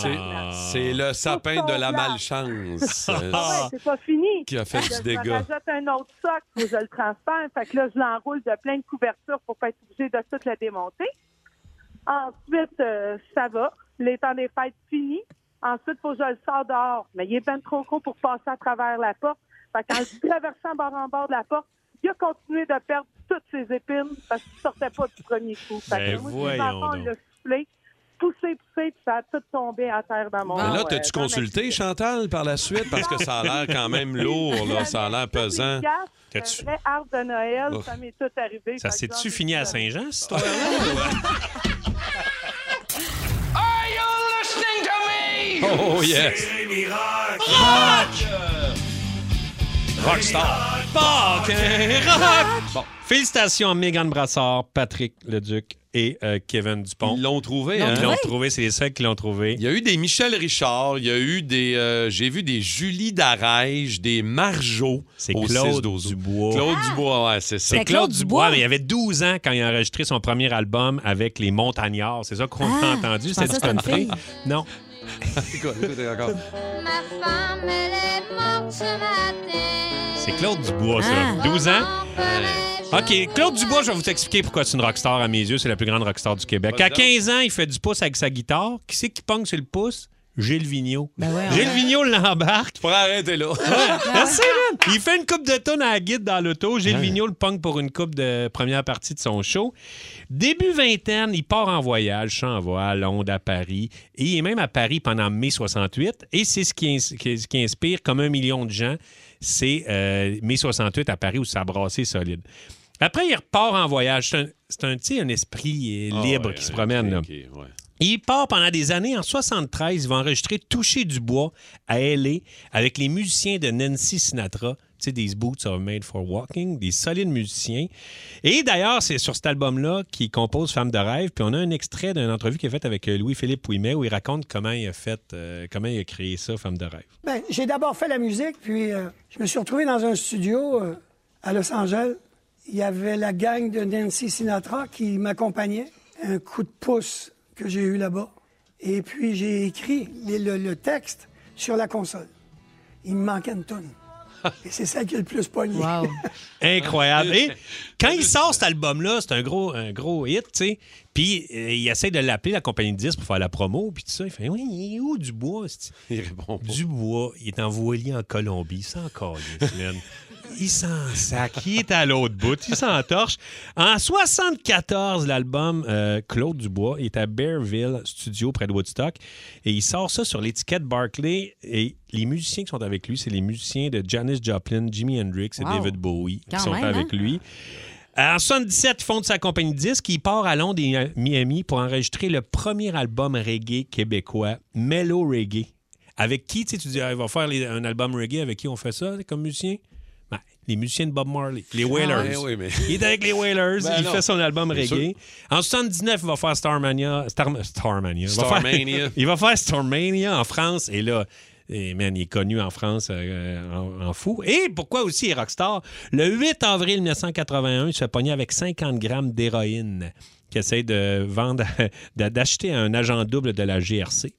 C'est c'est le sapin de la malchance. Ah ouais, c'est pas fini. Ben, Qui a fait Je du dégât. rajoute un autre soc où je le transfère. Fait que là, je l'enroule de plein de couvertures pour pas être obligé de tout le démonter. Ensuite, euh, ça va. Les temps des fêtes fini. Ensuite, faut que je le sors dehors. Mais il est ben trop gros pour passer à travers la porte. Fait qu'en le traversant bord en bord de la porte, il a continué de perdre toutes ses épines parce qu'il sortait pas du premier coup. Fait Ben que moi, je l'ai voyons encore donc. le soufflé, poussé, poussé, puis ça a tout tombé à terre dans mon Mais Ben là, euh, Ben, t'as-tu dans ma consulté Chantal par la suite? Parce que ça a l'air quand même lourd, là. ça a l'air pesant. efficace. euh, T'as-tu- Un vrai arbre de Noël, Ouf. ça m'est tout arrivé. Fait Ça que s'est-tu j'en ai- fini à Saint-Jean, cette histoire-là? Are you listening to me? Oh, yes. Rockstar. Rock and rock. Bon, félicitations à Megan Brassard, Patrick Leduc et euh, Kevin Dupont. Ils l'ont trouvé, Ils hein? l'ont trouvé, c'est les seuls qui l'ont trouvé. Il y a eu des Michel Richard, il y a eu des. euh, J'ai vu des Julie Darège, des Marjo. C'est Claude Dubois. Claude Dubois, ouais, c'est ça. C'est Claude Dubois, mais il avait 12 ans quand il a enregistré son premier album avec les Montagnards. C'est ça qu'on a Ah, entendu. je C'était pensais du que c'était une country. Non. Écoute, écoute, encore. Ma femme, elle est morte ce matin. C'est Claude Dubois, ça. Ah. 12 ans. OK, Claude Dubois, je vais vous expliquer pourquoi c'est une rockstar à mes yeux. C'est la plus grande rockstar du Québec. Vas-y À donc. 15 ans, il fait du pouce avec sa guitare. Qui c'est qui pogne sur le pouce? Gilles Vigneault. Ben ouais, Gilles ouais. Vigneault l'embarque. Tu pourrais arrêter là. Merci, man. Il fait une coupe de tonnes à la guide dans l'auto. Gilles Vigneault le punk pour une coupe de première partie de son show. Début vingtaine, il part en voyage. S'en va à Londres, à Paris. Et il est même à Paris pendant mai 68. Et c'est ce qui, ins- qui- ce qui inspire comme un million de gens. C'est euh, mai 68 à Paris où ça a brassé solide. Après, il repart en voyage. C'est un, c'est un, tu sais, un esprit euh, Ah, libre ouais, qui se promène. là. ok, ouais. Il part pendant des années. En 73, il va enregistrer Toucher du bois à L.A. avec les musiciens de Nancy Sinatra. Tu sais, des Boots are made for walking, des solides musiciens. Et d'ailleurs, c'est sur cet album-là qu'il compose Femme de rêve. Puis on a un extrait d'une entrevue qu'il a faite avec euh, Louis-Philippe Pouimet où il raconte comment il a fait, euh, comment il a créé ça, Femme de rêve. Ben, j'ai d'abord fait la musique, puis euh, je me suis retrouvé dans un studio euh, à Los Angeles. Il y avait la gang de Nancy Sinatra qui m'accompagnait. Un coup de pouce que j'ai eu là-bas. Et puis j'ai écrit les- le, le texte sur la console. Il me manquait une tonne. Et c'est ça qui est le plus pogné. Incroyable. Et quand il sort cet album-là, c'est un gros, un gros hit, tu sais. Puis euh, il essaie de l'appeler la compagnie de disques pour faire la promo, puis tout ça. Il fait Oui, il est où Dubois c'est-tu? Il répond pas. Dubois, il est envoyé en Colombie. Il s'en calisse, man. Il s'en sac. Il est à l'autre bout. Il s'en torche. En 74, l'album euh, Claude Dubois est à Bearville Studio près de Woodstock. Et il sort ça sur l'étiquette Barclay. Et les musiciens qui sont avec lui, c'est les musiciens de Janis Joplin, Jimi Hendrix et Wow. David Bowie qui Quand sont même, avec hein? lui. En 77, il fonde sa compagnie de disques. Il part à Londres et à Miami pour enregistrer le premier album reggae québécois, Mellow Reggae. Avec qui, tu sais, tu dis, Ah, il va faire les- un album reggae, avec qui on fait ça comme musicien? Ben, les musiciens de Bob Marley, les Wailers. ouais, Ah, eh oui, mais- Il est avec les Wailers, Ben il non. fait son album Bien sûr. reggae. En 79, il va faire Starmania. Star- Starmania. Il va faire- Starmania. il va faire Stormania en France. Et là, eh, man, il est connu en France euh, en, en fou. Et pourquoi aussi il est rockstar? Le 8 avril 1981, il se fait pogner avec 50 grammes d'héroïne qu'il essaie de vendre, à- d'a- d'acheter à un agent double de la GRC.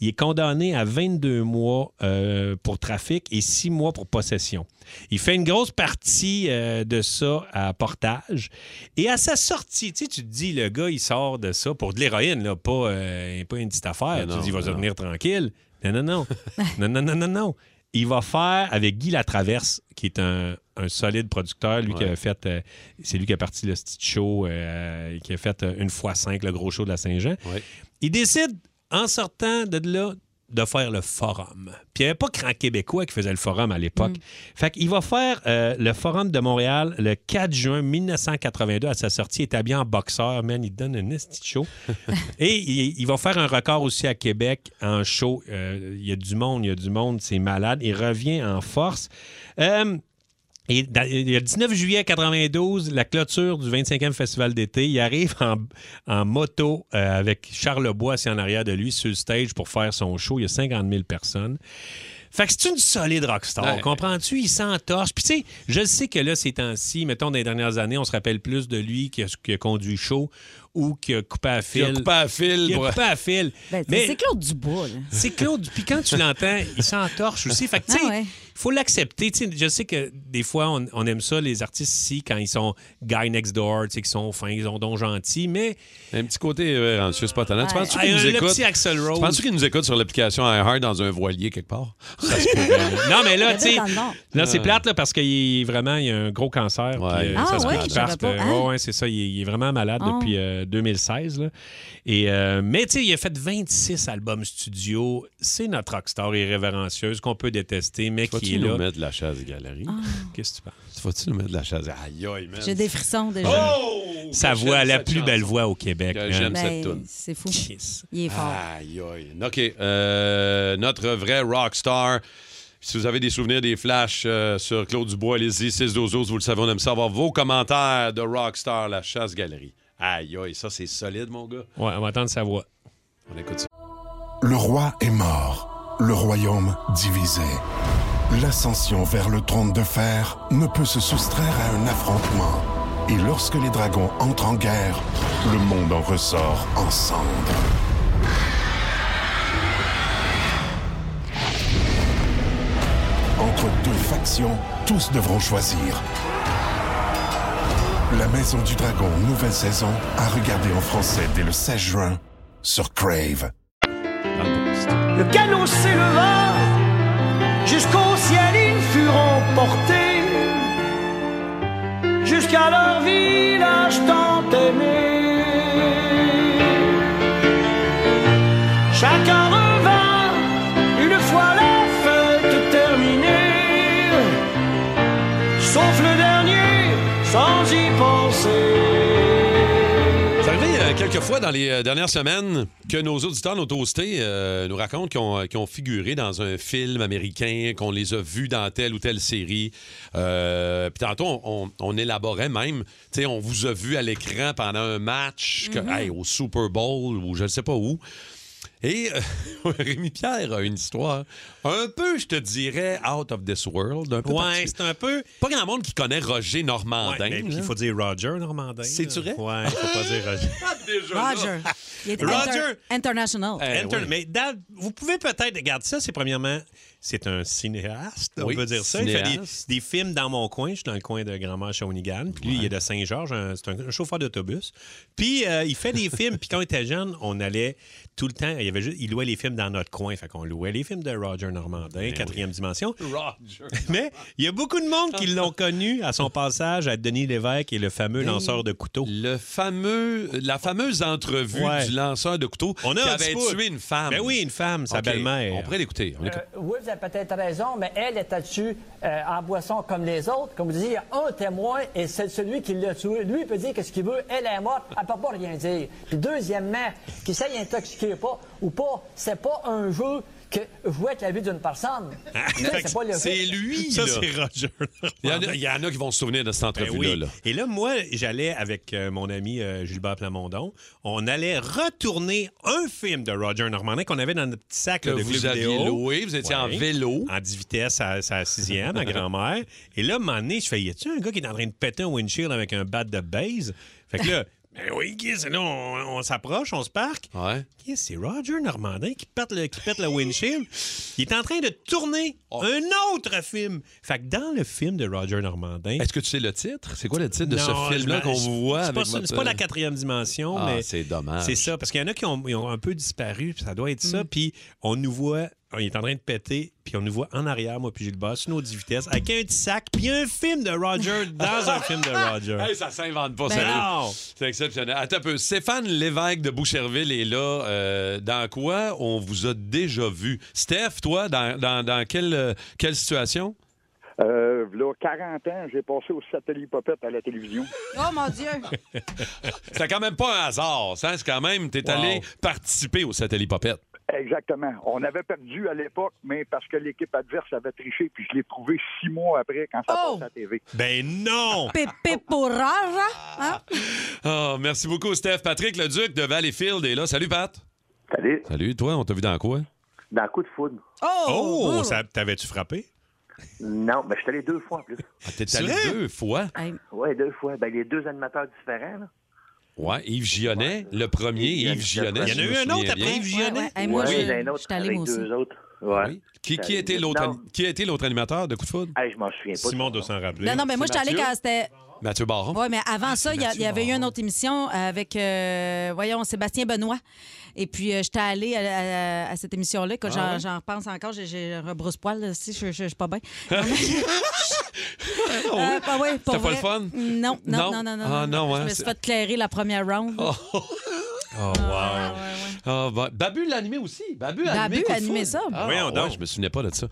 Il est condamné à 22 mois euh, pour trafic et 6 mois pour possession. Il fait une grosse partie euh, de ça à portage. Et à sa sortie, tu sais, tu te dis, le gars, il sort de ça pour de l'héroïne, là, pas, euh, pas une petite affaire. Mais tu non, dis, il va mais se non. venir tranquille. Non, non, non. non, non, non, non, non. Il va faire avec Guy Latraverse, qui est un, un solide producteur. Lui qui Ouais. a fait. euh, c'est lui qui a parti le petit show, euh, qui a fait euh, une fois cinq, le gros show de la Saint-Jean. Il décide, en sortant de là, de faire le forum. Puis il n'y avait pas Grand Québécois qui faisait le forum à l'époque. Fait qu'il va faire euh, le forum de Montréal le 4 juin 1982 à sa sortie, établi en boxeur. Man, il donne un esti de show. Et il, il va faire un record aussi à Québec en show. Euh, Il y a du monde, il y a du monde, c'est malade. Il revient en force. Euh, et dans- le 19 juillet 92, la clôture du 25e Festival d'été, il arrive en, en moto euh, avec Charles Bois assis en arrière de lui sur le stage pour faire son show. Il y a 50 000 personnes. Fait que c'est une solide rockstar, Ouais. comprends-tu? Il s'entorche. Puis tu sais, je sais que là, ces temps-ci, mettons, dans les dernières années, on se rappelle plus de lui qui a, qui a conduit chaud ou qui a coupé à Qui fil. a coupé à fil. Qui a pour- coupé à fil. Ben, Mais- C'est Claude Dubois, là. c'est Claude. Puis quand tu l'entends, il s'entorche aussi. Fait que, Ah tu sais, faut l'accepter. Tu sais, Je sais que des fois, on, on aime ça, les artistes ici, quand ils sont guy next door, tu sais, qu'ils sont fins, ils sont donc gentils, mais. Un petit côté euh, anxieux spontané. Tu Ouais. penses-tu Ah, qu'ils nous le écoutent? petit Axl Rose. Tu penses-tu qu'ils nous écoutent sur l'application iHeart dans un voilier quelque part? hein? Non, mais là, Il tu habite sais. dans le Nord. Là, Euh. c'est plate, là, parce qu'il vraiment, il a un gros cancer. puis, euh, Ah, ça se peut ouais, qu'il je savais parte, pas. euh, Hein? ouais, ouais, c'est ça. Il est, il est vraiment malade Ah. depuis euh, 2016. là. Et, euh, mais, tu sais, il a fait 26 albums studio. C'est notre rockstar irrévérencieuse qu'on peut détester, mais qui est Vas-tu là. nous mettre de la chasse galerie? Ah. Qu'est-ce que tu penses? Vas-tu nous mettre de la chasse? Aïe, aïe, man. J'ai des frissons déjà. Sa Oh! J'aime voix, la cette plus chanson. belle voix au Québec. hein. man. J'aime cette Ben, toune. c'est fou. Yes. Il est fort. Aïe, aïe. OK. euh, notre vrai rockstar. Si vous avez des souvenirs, des flashs euh, sur Claude Dubois, allez-y, 6 12 vous le savez, on aime savoir vos commentaires de Rockstar, la chasse galerie. Aïe, aïe, ça c'est solide, mon gars. Ouais, on va attendre sa voix. On écoute ça. Le roi est mort, le royaume divisé. L'ascension vers le trône de fer ne peut se soustraire à un affrontement. Et lorsque les dragons entrent en guerre, le monde en ressort en cendres. Entre deux factions, tous devront choisir. La Maison du Dragon, nouvelle saison, à regarder en français dès le 16 juin sur Crave. Le canot s'éleva jusqu'au ciel, ils furent emportés jusqu'à leur village tant aimé. Chacun revint une fois la fête terminée, sauf le dernier sans y penser. C'est arrivé euh, quelques fois dans les euh, dernières semaines que nos auditeurs, nos toastés, euh, nous racontent qu'ils ont, qu'ils ont figuré dans un film américain, qu'on les a vus dans telle ou telle série. Euh, Puis tantôt, on, on- on élaborait même, tu sais, on vous a vu à l'écran pendant un match, Mhm. que- hey, au Super Bowl ou je ne sais pas où. Et euh, Rémi Pierre a une histoire un peu, je te dirais, out of this world. Un peu Ouais, particulière. c'est un peu. Pas grand monde qui connaît Roger Normandin. Ouais, ben, puis il faut dire Roger Normandin. C'est-tu vrai? là. Ouais, faut pas dire Roger. Roger. Il est Roger. inter- international. Eh Eh Inter- Mais Dan, vous pouvez peut-être. Regarde, ça, c'est premièrement c'est un cinéaste, Oui, on peut dire ça. Il fait des, cinéaste. des films dans mon coin. Je suis dans le coin de grand-mère Shawinigan. Puis lui, il est de Saint-Georges. un- C'est un, un chauffeur d'autobus. Puis euh, il fait des films. Puis quand on était jeune, on allait tout le temps. Il, y avait juste, il louait les films dans notre coin. Fait qu'on louait les films de Roger Normandin, quatrième dimension. Ben Roger. Mais il y a beaucoup de monde qui l'ont connu à son passage à Denis Lévesque et le fameux lanceur de couteau. Ben, Le fameux, la fameuse entrevue Ouais. du lanceur de couteau On a qui un avait petit bout. tué une femme. Ben oui, une femme, sa OK, belle-mère. On pourrait l'écouter. on Euh, l'écoute. oui, vous avez peut-être raison, mais elle était dessus euh, en boisson comme les autres. Comme vous dites, il y a un témoin et c'est celui qui l'a tué. Lui, il peut dire ce qu'il veut. Elle est morte. Elle peut pas rien dire. Puis deuxièmement, qu'il s'est intoxiqué pas ou pas, c'est pas un jeu que jouer avec la vie d'une personne. Tu sais, Fait que pas le jeu. C'est lui. Ça, là. c'est Roger. Il y, en a, il y en a qui vont se souvenir de cette Ben entrevue-là. oui. là. Et là, moi, j'allais avec euh, mon ami euh, Gilbert Plamondon. On allait retourner un film de Roger Normandin qu'on avait dans notre petit sac là, Que de vous vidéo. aviez loué, vous étiez en vélo. En 10 vitesses à, à 6e, à grand-mère. Et là, à un moment donné, je fais, y a-tu un gars qui est en train de péter un windshield avec un bat de base? Fait que là... Ben oui, Guy, c'est là, on, on s'approche, on se parque. Guy, C'est Roger Normandin qui pète, le, qui pète le windshield. Il est en train de tourner Oh. un autre film. Fait que dans le film de Roger Normandin, Est-ce que tu sais le titre? C'est quoi le titre de non, ce film-là je- qu'on je- voit c'est avec pas ça, votre- C'est pas la quatrième dimension, Ah, mais. c'est dommage. C'est ça, parce qu'il y en a qui ont, ils ont un peu disparu, puis ça doit être Mm. ça. Puis on nous voit, il est en train de péter, puis on nous voit en arrière, moi, puis Gilbert, sur nos 10 vitesses, avec un petit sac, puis un film de Roger dans un film de Roger. Hey, ça s'invente pas, Ben sérieux. non. C'est exceptionnel. Attends un peu. Stéphane Lévesque de Boucherville est là. Euh, dans quoi on vous a déjà vu? Steph, toi, dans, dans- dans quelle, euh, quelle situation? Euh, v'là 40 ans, j'ai passé au satellite popette à la télévision. Oh mon Dieu! C'était quand même pas un hasard, ça. C'est quand même, t'es allé participer au satellite popette. Exactement. On avait perdu à l'époque, mais parce que l'équipe adverse avait triché, puis je l'ai trouvé six mois après quand ça passe à la TV. Ben non! Pépé pour rare, hein? Ah, merci beaucoup, Steph. Patrick Leduc de Valleyfield est là. Salut, Pat. Salut. Salut, toi, on t'a vu dans quoi? Dans coup de foudre. Oh! Oh! ça- T'avais-tu frappé? Non, mais je suis allé deux fois en plus. Ah, T'es allé deux fois. Oui, deux fois. Ben, les deux animateurs différents. Là. Ouais, Yves Gionnet, le premier, Yves Yves Gionnet. Gionnet. si Il y en a eu je me un souviens autre après bien. Yves Gionnet? Ouais, ouais, Hey, moi, Oui, je- il y en a un autre je suis allée avec moi aussi. deux autres. Ouais. Oui. Qui, qui était l'autre, Non. ani- qui était l'autre animateur de Coup de foudre? je m'en souviens pas. Simon doit s'en rappeler. Non, non, mais moi, je suis allée quand c'était. Mathieu Baron. Oui, mais Ah, avant ça, il y, a- il y avait eu une autre émission avec, euh, voyons, Sébastien Benoît. Et puis, euh, j'étais allée à, à- à cette émission-là. Quand Ah j'en- ouais? j'en repense encore, j'ai- j'ai un rebrousse-poil, là, si je je- je suis pas bien. Ah ouais? bah ouais, pour C'était pas vrai. le fun? Non, non, non, Non? non. non, Ah, non, Je hein, me suis c'est- fait clairer la première round. Oh, Oh, wow. Ah, bah, Babu l'animait aussi. Babu a Babu animé Coup de animait foudre. ça. Ah, Voyons ouais, donc. je me souvenais pas de ça.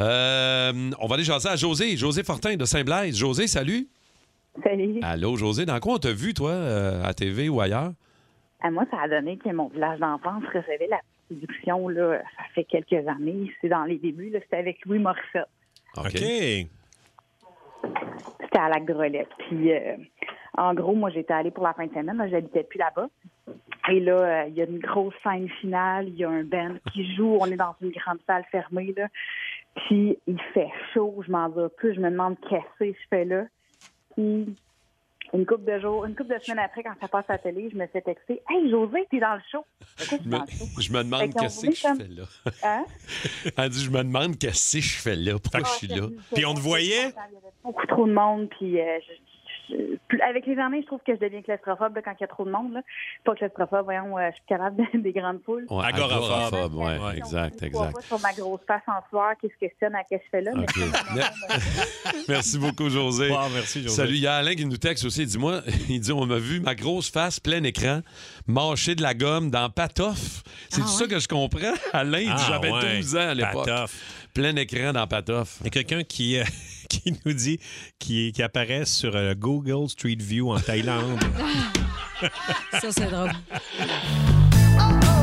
Euh, on va aller jaser à José. José Fortin de Saint-Blaise. José, salut. Salut. Allô, José. Dans quoi on t'a vu, toi, euh, à TV ou ailleurs? À moi, ça a donné que mon village d'enfance recevait la production, là, ça fait quelques années. C'est dans les débuts, là, c'était avec Louis Morissette. OK. C'était à Lac Drolet. Puis, euh, en gros, moi, j'étais allée pour la fin de semaine. Là, j'habitais plus là-bas. Et là, euh, il y a une grosse scène finale. Il y a un band qui joue. On est dans une grande salle fermée, là. Puis, il fait chaud. Je m'en vais plus. Je me demande qu'est-ce que je fais là. Puis, une couple de jours, une couple de semaines après, quand ça passe à la télé, je me fais texter. Hey, José, t'es dans le show. Pourquoi tu es Je me, dans le show? je me Fait demande qu'on qu'est-ce voulait que je comme- fais là. Hein? Elle dit, je me demande qu'est-ce que je fais là, pourquoi je suis là. Puis on te voyait? beaucoup trop de monde, puis euh, je- je- plus- avec les années, je trouve que je deviens claustrophobe là, quand il y a trop de monde. Là. Pas claustrophobe, voyons, euh, je suis capable de- des grandes foules. Ouais, Agoraphobe. agoraphobe, ouais, Ouais. exact, Je vois exact. pas sur ma grosse face en soir, qu'est-ce que c'est, à qu'est-ce que je fais là, mais OK. merci beaucoup, José. merci, José. Salut, il y a Alain qui nous texte aussi. Dis-moi, il dit On m'a vu ma grosse face plein écran, mâcher de la gomme dans Patoff. C'est tout ça que je comprends. Alain, il dit Ah, J'avais ouais, 12 ans à l'époque. Patoff. Plein écran dans Patoff. Il y a quelqu'un qui, euh, qui nous dit qui, qui apparaît sur euh, Google Street View en Thaïlande. Ça, c'est drôle. Ah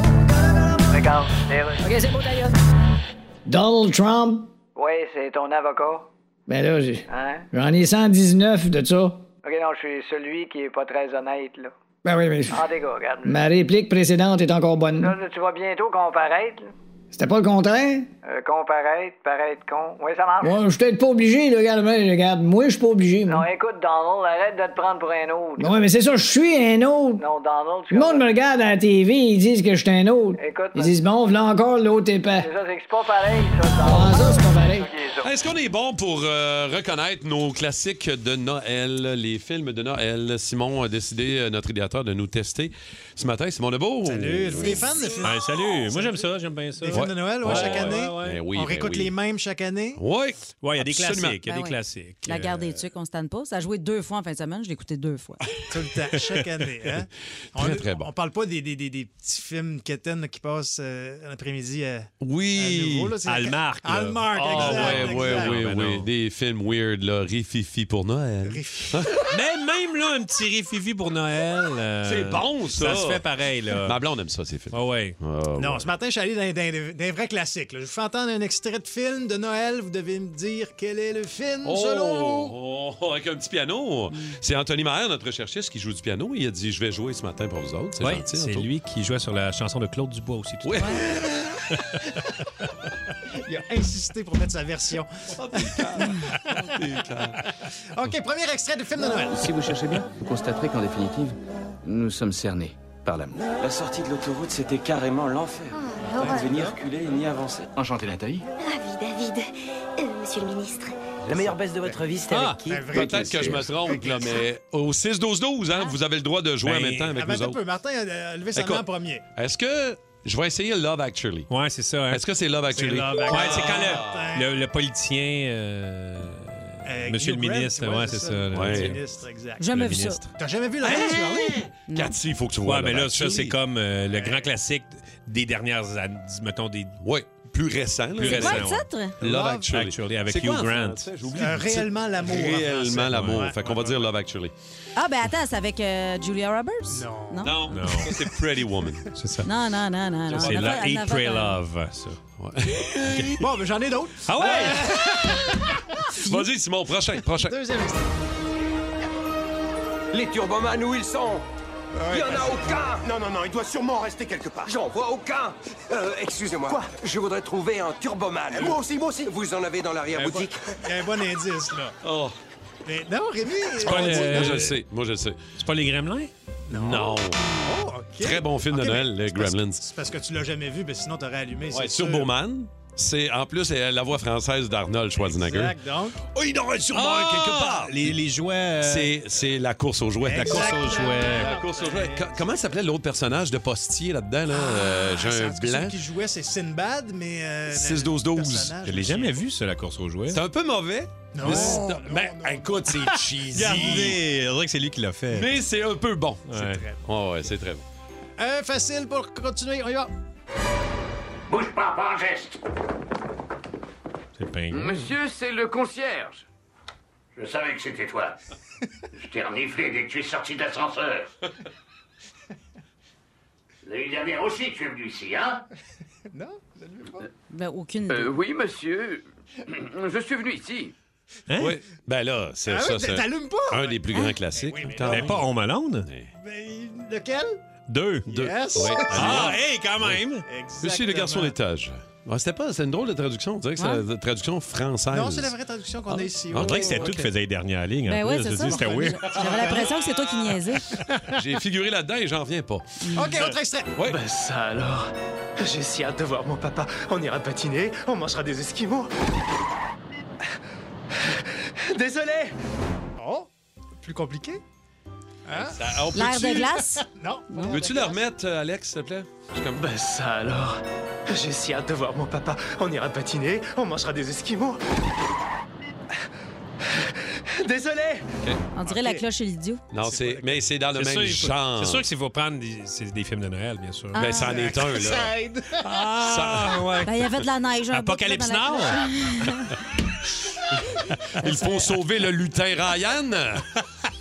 Regarde, c'est vrai. OK, c'est beau, ta gueule. Donald Trump, Oui, c'est ton avocat. ben là, j'ai- Hein? j'en ai 119 de ça. OK, non, je suis celui qui est pas très honnête, là. Ben oui, mais Ah, En dégâts, regarde. ma réplique précédente est encore bonne. Là, là, tu vas bientôt comparaître. là. C'était pas le contraire? Euh, comparaître, paraître con. Oui, ça marche. Moi, je suis peut-être pas obligé, là, regarde, mais, regarde. Moi, je suis pas obligé. Non, Moi. écoute, Donald, arrête de te prendre pour un autre. Non, ouais, mais c'est ça, je suis un autre. Non, Donald, tu Le monde me regarde à la TV, ils disent que je suis un autre. Écoute, ils disent, bon, voilà encore l'autre épais. C'est ça, c'est que c'est pas pareil, ça, Donald. Ah, ça, c'est pas pareil. Est-ce qu'on est bon pour euh, reconnaître nos classiques de Noël, les films de Noël? Simon a décidé, euh, notre idéateur, de nous tester ce matin. Simon Lebeau. Salut, êtes-vous des fans de films? Ouais, salut. Moi, j'aime ça, j'aime bien ça. Des films de Noël, ouais, chaque année. Ben oui, on ben réécoute oui. les mêmes chaque année. Oui. Oui, il y a des Absolument. classiques. Il y a Ben des oui. classiques. euh, La garde des tucs, on se tanne pas. Ça a joué deux fois en fin de semaine, je l'ai écouté deux fois. Tout le temps, chaque année. hein. On, Très, très bon. On parle pas des, des, des, des petits films quétaines là, qui passent euh, l'après-midi à, à Oui. nouveau. Là, c'est la- Hallmark, là. Hallmark, Ah, exact. ouais, ouais, exact. ouais, Non, ben ouais. Des films weird, là. Rififi pour Noël. Mais même là, un petit rififi pour Noël. euh, C'est bon, ça. Ça se fait pareil, là. Ma blonde aime ça, ces films. Ah ouais. Non, ce matin, je suis allé dans, dans- dans un vrai classique. là. Je vous fais entendre un extrait de film de Noël. Vous devez me dire quel est le film selon vous. Oh, oh, avec un petit piano. C'est Anthony Maher, notre recherchiste, qui joue du piano. Il a dit Je vais jouer ce matin pour vous autres. C'est Ouais, gentil. c'est Anto. lui qui jouait sur la chanson de Claude Dubois aussi. Tout à l'heure. Il a insisté pour mettre sa version. Oh, OK, premier extrait du film de Ah, Noël. Si vous cherchez bien, vous constaterez qu'en définitive, nous sommes cernés par l'amour. La sortie de l'autoroute, c'était carrément l'enfer. Oh, Ah, on ne devait ni l'horreur. reculer ni avancer. Enchanté, Nathalie. Ravi, David. Euh, monsieur le ministre. La meilleure baisse de votre vie, c'était Ah, peut-être que je me trompe, là, mais au 6-12-12, hein, vous avez le droit de jouer en Ben, même temps avec Ah, ben, nous Ah. attends un peu, autres. Martin a a levé sa main en Écoute. premier. Est-ce que je vais essayer Love Actually? Ouais, c'est ça. hein. Est-ce que c'est Love Actually? Love Actually. Ouais, c'est Ah. quand le, le- le politicien, euh, Euh, Monsieur Hugh le Grant, ministre, ouais, ouais, c'est ça. le- Le ministre, exact. Le ministre. T'as jamais Hein? vu Lawrence Harvey? Cathy, il faut que tu Mm. Ouais, vois. mais Love là, ça, Actually. c'est comme euh, le grand classique des dernières années, mettons des. Ouais, plus récent. là. Plus C'est récent. quoi le ouais. titre? Love Actually. avec C'est Hugh quoi en Grant. français? J'ai oublié Euh, le titre. Réellement l'amour. en Réellement français. l'amour. Ouais. fait qu'on va dire Love Actually. Ah, ben attends, c'est avec euh, Julia Roberts? Non. Non, ça, c'est Pretty Woman. C'est ça. Non, non, non, non. non. C'est Elle la avait- elle Hate avait- Pray Love, ça. Bon, ben, j'en ai d'autres. Ah ouais? Vas-y, Simon, prochain, prochain. Deuxième extrait. Les turbomanes, où ils sont Il y en a aucun Non, non, non, il doit sûrement rester quelque part. J'en vois aucun Euh, excusez-moi. Quoi Je voudrais trouver un turboman. Euh, Moi aussi, moi aussi. Vous en avez dans l'arrière-boutique Il y a un bon indice, là. Oh. Mais non, Rémi. Pas on le- dit- Moi, je le sais. Moi, je le sais. C'est pas les Gremlins? Non. Oh, OK. Très bon film OK, de mais Noël, les c'est parce- Gremlins. C'est parce que tu l'as jamais vu, mais sinon, t'aurais allumé. Ouais, c'est sur sûr. Bourman. C'est en plus euh, la voix française d'Arnold Schwarzenegger. Exact, donc. Oh, il aurait sûrement Ah! quelque part. Les, les jouets. euh, C'est, c'est la course aux jouets. Exactement. La course aux jouets. La course aux jouets. Co- comment s'appelait l'autre personnage de postier là-dedans? Là? Euh, j'ai Ah, C'est un parce que celui blanc. qui jouait, c'est Sinbad, mais. euh, 6-12-12. le personnage- Je l'ai jamais vu, ça, la course aux jouets. C'est un peu mauvais. Non, mais c'est- non, ben, écoute, c'est cheesy. euh, Regardez, on dirait que c'est lui qui l'a fait. Mais c'est un peu bon. C'est très Ouais, ouais, c'est très bon. Un Euh, facile pour continuer. On y va. Bouge pas, pas un geste C'est Mm. pingouin. Monsieur, c'est le concierge. Je savais que c'était toi. Je t'ai reniflé dès que tu es sorti de l'ascenseur. L'année dernière aussi, tu es venu ici, hein Non, pas. Ben, aucune. Euh, oui, monsieur. Euh, Je suis venu ici. Oui. Ben là, c'est Ah ça. oui, c'est t'allumes pas. Un des plus Hein? grands classiques. Quand Ben Mais même. pas Home Alone? Ben, lequel? Deux. Deux. Yes. Ouais, Ah, allez. hey, quand même! Je suis le garçon d'étage. Ouais, c'était pas, c'est une drôle de traduction. On dirait que c'est Ouais. la traduction française. Hein? Ah. Non, c'est la vraie traduction qu'on a ici. On dirait que c'était Oh, tout ok. qui faisait les dernières lignes. en Ben ouais, plus. c'est Je ça. dis, C'était weird. J'avais l'impression que c'est toi qui niaisais. J'ai figuré là-dedans et j'en reviens pas. OK, autre extrait. Ouais. Ben ça alors. J'ai si hâte de voir mon papa. On ira patiner, on mangera des esquimaux. Désolé Oh, plus compliqué. Hein? Ça- on L'air peut-tu- de glace? Non. Veux-tu le remettre, euh, Alex, s'il te plaît? Je suis comme- Ben ça alors. J'ai si hâte de voir mon papa. On ira patiner, on mangera des esquimaux. Désolé On dirait la cloche et l'idiot. Non, c'est, mais c'est dans le C'est même sûr, il faut- genre. C'est sûr que s'il faut prendre des, c'est des films de Noël, bien sûr. Ben, c'en est un, là. aide. Ah, ouais. Ben, il y avait de la neige. un bout, là, Apocalypse dans la Now? cloche. Il faut sauver le lutin Ryan.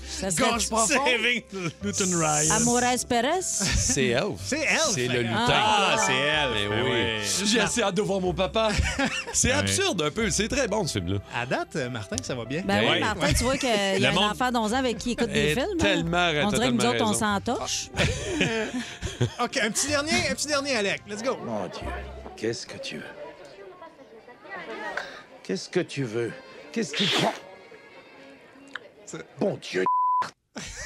Ça serait- Gorge profonde. Saving Newton Ryan. Amores Perez? C'est Elf. C'est elle. C'est le lutin. Ah, c'est elle. Mais Ben oui. oui. Ah J'ai assez hâte de voir mon papa. C'est absurde un peu. C'est très bon, ce film-là. À date, euh, Martin, ça va bien. Ben oui, Ouais. Martin, tu vois qu'il y Le a un monde- enfant d'11 ans avec qui il écoute Est des films. hein. tellement- On dirait que nous totalement autres, on raison. s'entorche. Ah. OK, un petit dernier, un petit dernier, Alec. Let's go. Mon Dieu. Qu'est-ce que tu veux Qu'est-ce que tu veux Qu'est-ce qui prend Bon Dieu,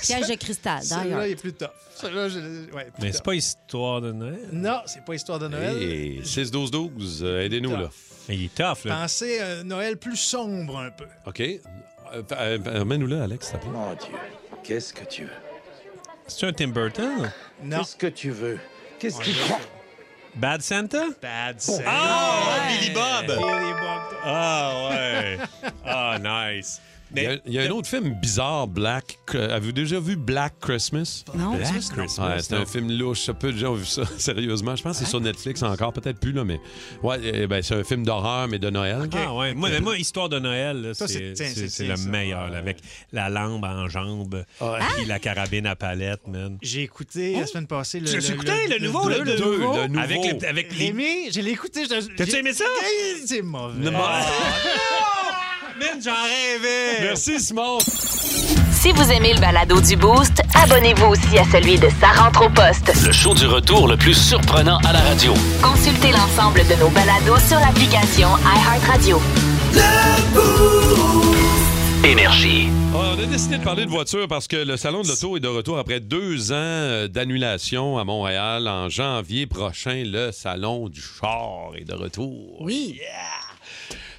Piège de cristal, Celui-là, il d'ailleurs. est plus tough. Celui-là, je- ouais, plus Mais Eh, tough. c'est pas histoire de Noël. Non, c'est pas histoire de Noël. Hey, 6-12-12, euh, aidez-nous, là. Il est tough, Pensez à Noël plus sombre un peu. OK. Euh, euh, euh, Mets-nous-le, Alex, s'il te plaît. Mon Dieu, qu'est-ce que tu veux C'est un Tim Burton? Non. Qu'est-ce que tu veux Qu'est-ce qui Bad Santa? Bad Santa. Ah, Ouais. Billy Bob! Billy Bob. Ah, ouais. Ah, nice. Il y a- il y, a un autre film bizarre, Black. que- Avez-vous déjà vu Black Christmas? Non. Black Christmas, Ouais, c'est un non. film louche. Peu de gens ont vu ça, sérieusement. Je pense que c'est sur Netflix encore, peut-être plus, là, mais. Ouais, eh ben, c'est un film d'horreur, mais de Noël. Ah ouais, moi, mais moi histoire de Noël, là, Ça, c'est c'est- tiens, c'est- c'est- c'est tiens, le ça. meilleur, là, avec la lampe en jambe, puis la carabine à palette, man. Oh! J'ai écouté Oh! la semaine passée le. Tu l'as écouté, le nouveau, deux, le deux, le nouveau. Avec, les- avec les- Rémi, je l'ai écouté. je- T'as-tu j'ai- aimé ça? Eh, C'est mauvais. Ah. Man, j'en rêvais! Merci, Simon! Si vous aimez le balado du Boost, abonnez-vous aussi à celui de Sa rentre au poste. Le show du retour le plus surprenant à la radio. Consultez l'ensemble de nos balados sur l'application iHeartRadio. Énergie. Ah, on a décidé de parler de voiture parce que le salon de l'auto est de retour après deux ans euh, d'annulation à Montréal. En janvier prochain, le salon du char est de retour. Oui.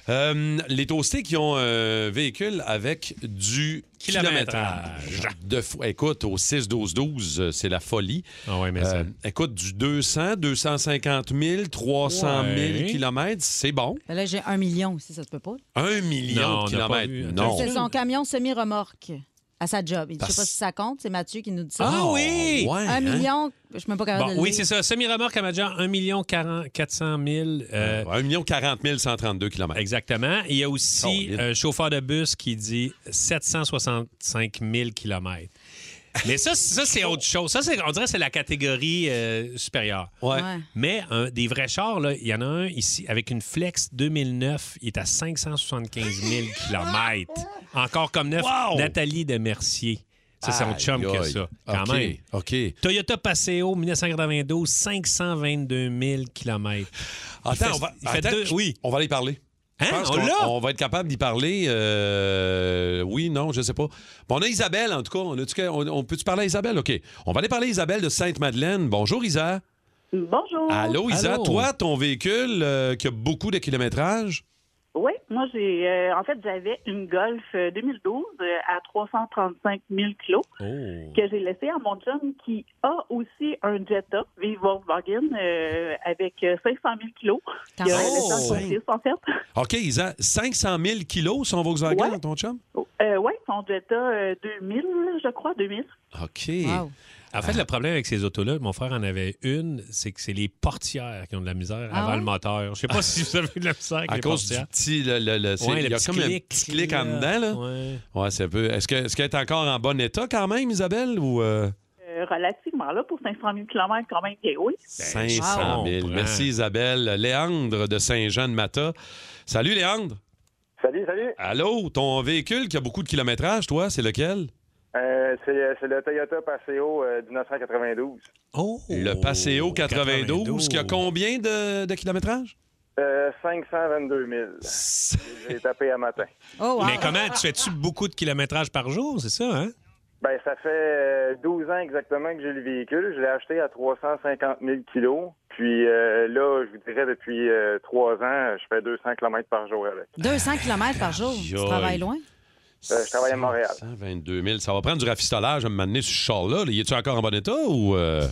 Euh, les toastés qui ont un véhicule avec du Kilométrage. kilométrage. De fou- Écoute, au 6-12-12, euh, c'est la folie. Ah Euh, écoute, du 200, 250 000, 300 Ouais. 000 kilomètres, c'est bon. Ben là, j'ai un million ici, ça se peut pas. Un million Non, on de n'a pas vu. kilomètres. Non. C'est son camion semi-remorque à sa job. Je sais Parce- pas si ça compte, c'est Mathieu qui nous dit ça. Ah oui! Ouais, un hein? million, je suis même pas capable Bon, de le oui, lire. c'est ça. Semi-remorque à Madjan, 1 million 400 000. euh, 1 million 40 132 km. Exactement. Il y a aussi Solide. un chauffeur de bus qui dit 765 000 km. Mais ça, c- ça c'est autre chose. Ça, c'est- on dirait que c'est la catégorie euh, supérieure. Ouais. Mais un- des vrais chars, là, il y en a un ici avec une Flex 2009. Il est à 575 000 km. Encore comme neuf, Wow! Nathalie Demercier. Ça, c'est son Aïe, chum qui a aïe. ça. Quand OK, même. OK. Toyota Paseo 1992, 522 000 km. Attends, on va, attends, je- on va aller y parler. Je Hein, pense on qu'on- l'a? on va être capable d'y parler. euh, oui, non, je sais pas. Bon, on a Isabelle, en tout cas. On, a-tu que- on- on peut-tu parler à Isabelle? OK. On va aller parler à Isabelle de Sainte-Madeleine. Bonjour, Isa. Bonjour. Allô, Isa. Allô. Toi, ton véhicule euh, qui a beaucoup de kilométrage. Oui, moi, j'ai. euh, en fait, j'avais une Golf euh, 2012 euh, à 335 000 kilos Oh. que j'ai laissée à mon chum qui a aussi un Jetta, vive Volkswagen, euh, avec euh, 500 000 kilos. Quand Il a même. laissé à son Oh! fils, en fait. OK, Isa, 500 000 kilos son Volkswagen, ton chum? Euh, oui, son Jetta euh, 2000, je crois, 2000. OK. En fait, le problème avec ces autos-là, mon frère en avait une, c'est que c'est les portières qui ont de la misère Ah avant ouais? le moteur. Je sais pas si vous avez eu de la misère avec À les cause du portières. petit. le- le- le- c'est- Ouais, le il y a petit comme clic, un petit clic en là. dedans, là. Ouais. Ouais, c'est un peu. Est-ce que- est-ce qu'elle est encore en bon état quand même, Isabelle? Ou, euh, Euh, relativement, là, pour 500 000 km, quand même, bien oui. 500 000. Wow. Merci Isabelle. Léandre de Saint-Jean-de-Mata. Salut Léandre. Salut, salut. Allô, ton véhicule qui a beaucoup de kilométrage, toi, c'est lequel? Euh, c'est c'est le Toyota Paseo euh, 1992. Oh! le Paseo 92, qui a combien de, de kilométrage? Euh, 522 000. J'ai tapé à matin. Oh, Mais comment, tu fais-tu beaucoup de kilométrages par jour, c'est ça, hein? Ben, ça fait euh, 12 ans exactement que j'ai le véhicule. Je l'ai acheté à 350 000 kilos. Puis euh, là, je vous dirais, depuis euh, trois ans, je fais 200 km par jour avec. 200 km par jour. Tu aïe. travailles loin? Euh, je travaille à Montréal. 122 000. Ça va prendre du rafistolage à me mener sur ce char-là. Il est-tu encore en bon état ou. euh?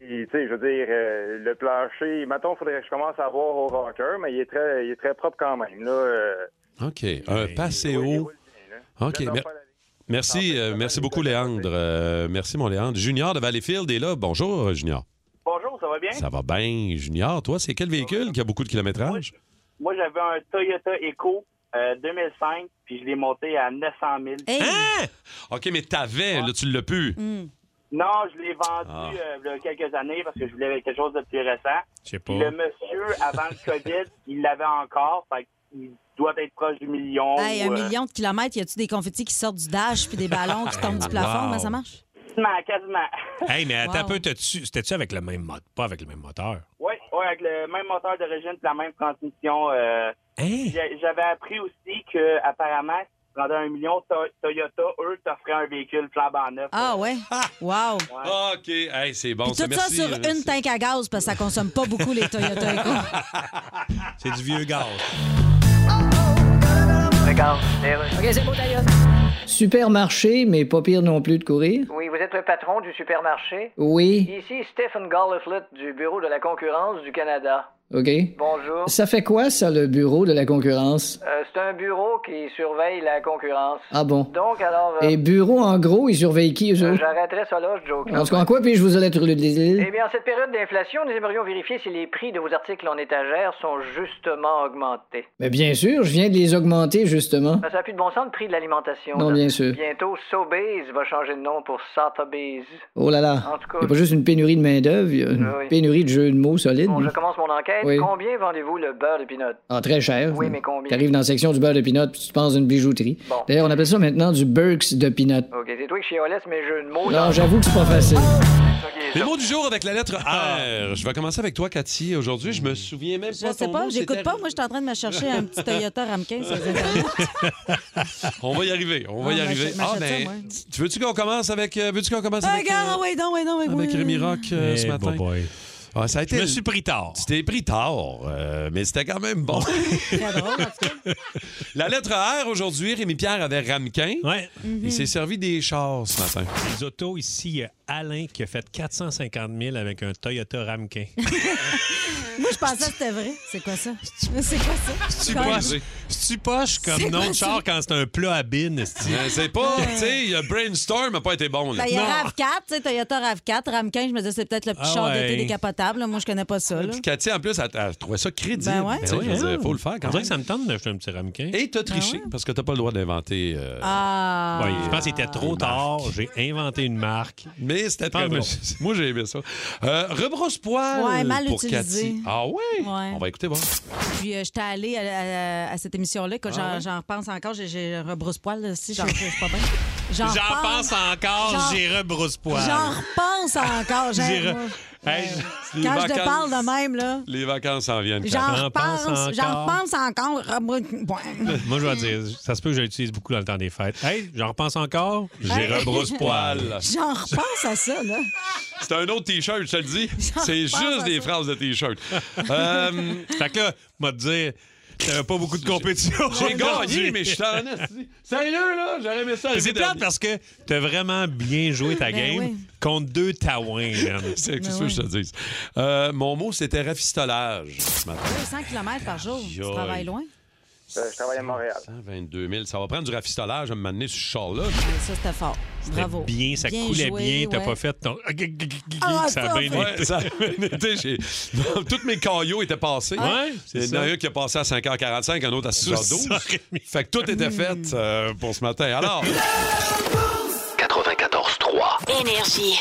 Puis, tu sais, je veux dire, euh, le plancher, mettons, il faudrait que je commence à voir au rocker, mais il est très, il est très propre quand même. Là, euh, OK, un Ben, Paseo. OK, J'adore mer- pas merci, euh, merci beaucoup Léandre. Euh, merci mon Léandre. Junior de Valleyfield est là. Bonjour Junior. Bonjour, ça va bien? Ça va bien, Junior. Toi, c'est quel véhicule qui a beaucoup de kilométrage? Moi, j'avais un Toyota Echo euh, 2005, puis je l'ai monté à 900 000. Hein? OK, mais t'avais, là, tu l'as pu. Mm. Non, je l'ai vendu Ah. euh, il y a quelques années parce que je voulais quelque chose de plus récent. Je sais pas. Puis Le monsieur, avant le COVID, il l'avait encore, fait qu'il doit être proche du million. Hey, un euh, million de kilomètres, y a-tu des confettis qui sortent du dash puis des ballons qui tombent du plafond? Wow. Comment ça marche? Quasiment, quasiment. Hey, mais attends Wow. un peu, t'as-tu- c'était-tu avec le même moteur? Pas avec le même moteur. Oui, oui, ouais, avec le même moteur d'origine puis la même transmission. euh, Hein? j'a- J'avais appris aussi que apparemment, si tu rendais un million, To- Toyota, eux, t'offraient un véhicule flambant neuf. Ah ouais? Wow! OK. Hey, c'est bon. Puis ça, tout ça merci. sur euh, une tank à gaz, parce que ça consomme pas beaucoup les Toyota Echo. C'est du vieux gaz. Regarde, Ok, c'est beau, d'ailleurs. Supermarché, mais pas pire non plus de courir. Oui, vous êtes le patron du supermarché? Oui. Ici Stephen Garliflet du Bureau de la concurrence du Canada. OK. Bonjour. Ça fait quoi, ça, le bureau de la concurrence? Euh, c'est un bureau qui surveille la concurrence. Ah bon. Donc, alors... euh, Et bureau, en gros, ils surveillent qui, eux euh, autres? J'arrêterai ça là, je joke. En tout cas, en quoi puis-je vous allez trouver des îles? Eh bien, en cette période d'inflation, nous aimerions vérifier si les prix de vos articles en étagère sont justement augmentés. Mais bien sûr, je viens de les augmenter, justement. Ben, ça n'a plus de bon sens le prix de l'alimentation. Non, là. bien sûr. Bientôt, Sobeys va changer de nom pour Sotheby's. Oh là En là. tout cas, Il Ah n'y a pas juste une pénurie de main-d'œuvre, il y a une Oui, oui. pénurie de jeux de mots solides. Bon, je commence mon enquête. Oui. Combien vendez-vous le beurre de pinot? Ah, très cher. Oui, mais combien? T'arrives dans la section du beurre de pinot, puis tu te penses d'une bijouterie. Bon. D'ailleurs, on appelle ça maintenant du Burks de pinot. OK, c'est toi qui chiolesse mes jeux de mots. Non, là. j'avoue que c'est pas facile. Les mots du jour avec la lettre R. Je vais commencer avec toi, Cathy. Aujourd'hui, je me souviens Ah. même Mm. Je pas sais ton pas, mot, j'écoute c'était- pas. Moi, je suis en train de me chercher un petit Toyota Ramquin sur les internets. On va y arriver. On va Ah, y on arriver. m'achète- m'achète Ah, ben, ça, moi. tu- tu veux-tu qu'on commence avec. euh, Veux-tu qu'on commence Ah, avec. regarde, ah ouais, non, ouais, non, ouais, avec ouais. Rémi Rock euh, Eh, ce matin. boy. Ah, ça a été me suis pris tard. Tu t'es pris tard, euh, mais c'était quand même bon. La lettre R aujourd'hui, Rémi Pierre avait Ramequin. Mhm. Il s'est servi des chars ce matin. Les autos ici, il y a Alain qui a fait 450 000 avec un Toyota Ramquin. Moi, je pensais que c'était vrai. C'est quoi ça? C'est quoi ça? C'est-tu Quand- poche- c'est-tu poche C'est comme nom quoi de ça? char quand c'est un plat à bine? esti? Euh, c'est pas, tu sais, le brainstorm n'a pas été bon. là. Ben, Il y a Non. RAV4, tu sais, Toyota RAV4, RAM15, je me disais, c'est peut-être le petit Ah char ouais. d'été décapotable. là. Moi, je connais pas ça. là. Puis Cathy, en plus, elle, elle trouvait ça crédible. Ben ouais. Tu sais, Ben je ouais, veux dire, hein. faut le faire On quand même. dirait que ça me tente d'acheter un petit Ramquin. Et t'as triché, parce que t'as pas le droit d'inventer. euh, Ah. Ouais, je pense que c'était trop tard. J'ai inventé une marque. Ah, Mais c'était très drôle. Moi, j'ai aimé ça. Euh, rebrousse-poil Ouais, mal pour utilisé. Cathy. Ah ouais? Ouais. On va écouter, bon. Puis euh, j'étais allée à, à- à cette émission-là, quand Ah j'en- ouais? j'en repense encore, j'ai- j'ai rebrousse-poil, si j'en je suis pas bien. J'en repense- pense encore, J'en- j'ai rebrousse-poil. J'en repense encore. j'ai- J'ai re- moi, Hey, Les Quand je te vacances- parle de même, là, Les vacances s'en viennent. j'en repense, encore. j'en repense encore. rebrousse- Moi, je vais dire, ça se peut que je l'utilise beaucoup dans le temps des fêtes. Hey, j'en repense encore. J'ai rebrousse-poil. J'en repense à ça, là. C'est un autre T-shirt, je te le dis. C'est repense juste à des ça. phrases de T-shirt. Euh, Fait que là, m'a dire, t'avais pas beaucoup de compétition. J'ai gagné, mais je suis en esti. Sérieux, là, j'aurais aimé ça. Mais arriver C'est dernier. plate parce que t'as vraiment bien joué ta Ben game oui. Ben contre deux taouins, man. C'est ce que je te dis. Euh, mon mot, c'était rafistolage ce matin. 200 km par jour. Tu Aïe. travailles loin? Euh, je travaille à Montréal. 122 000. Ça va prendre du rafistolage à m'amener sur ce char-là. Ouais, Ça, c'était fort. Bravo. Bien, ça coulait bien, t'as pas fait ton. Ah, ça a ça, bien Ouais, été. ça a bien été. J'ai- Non, Toutes mes caillots étaient passés. Ouais, Il c'est y en a ça. un qui a passé à 5h45, un autre à 6h12. Fait que tout était fait euh, pour ce matin. Alors. 94.3. Énergie.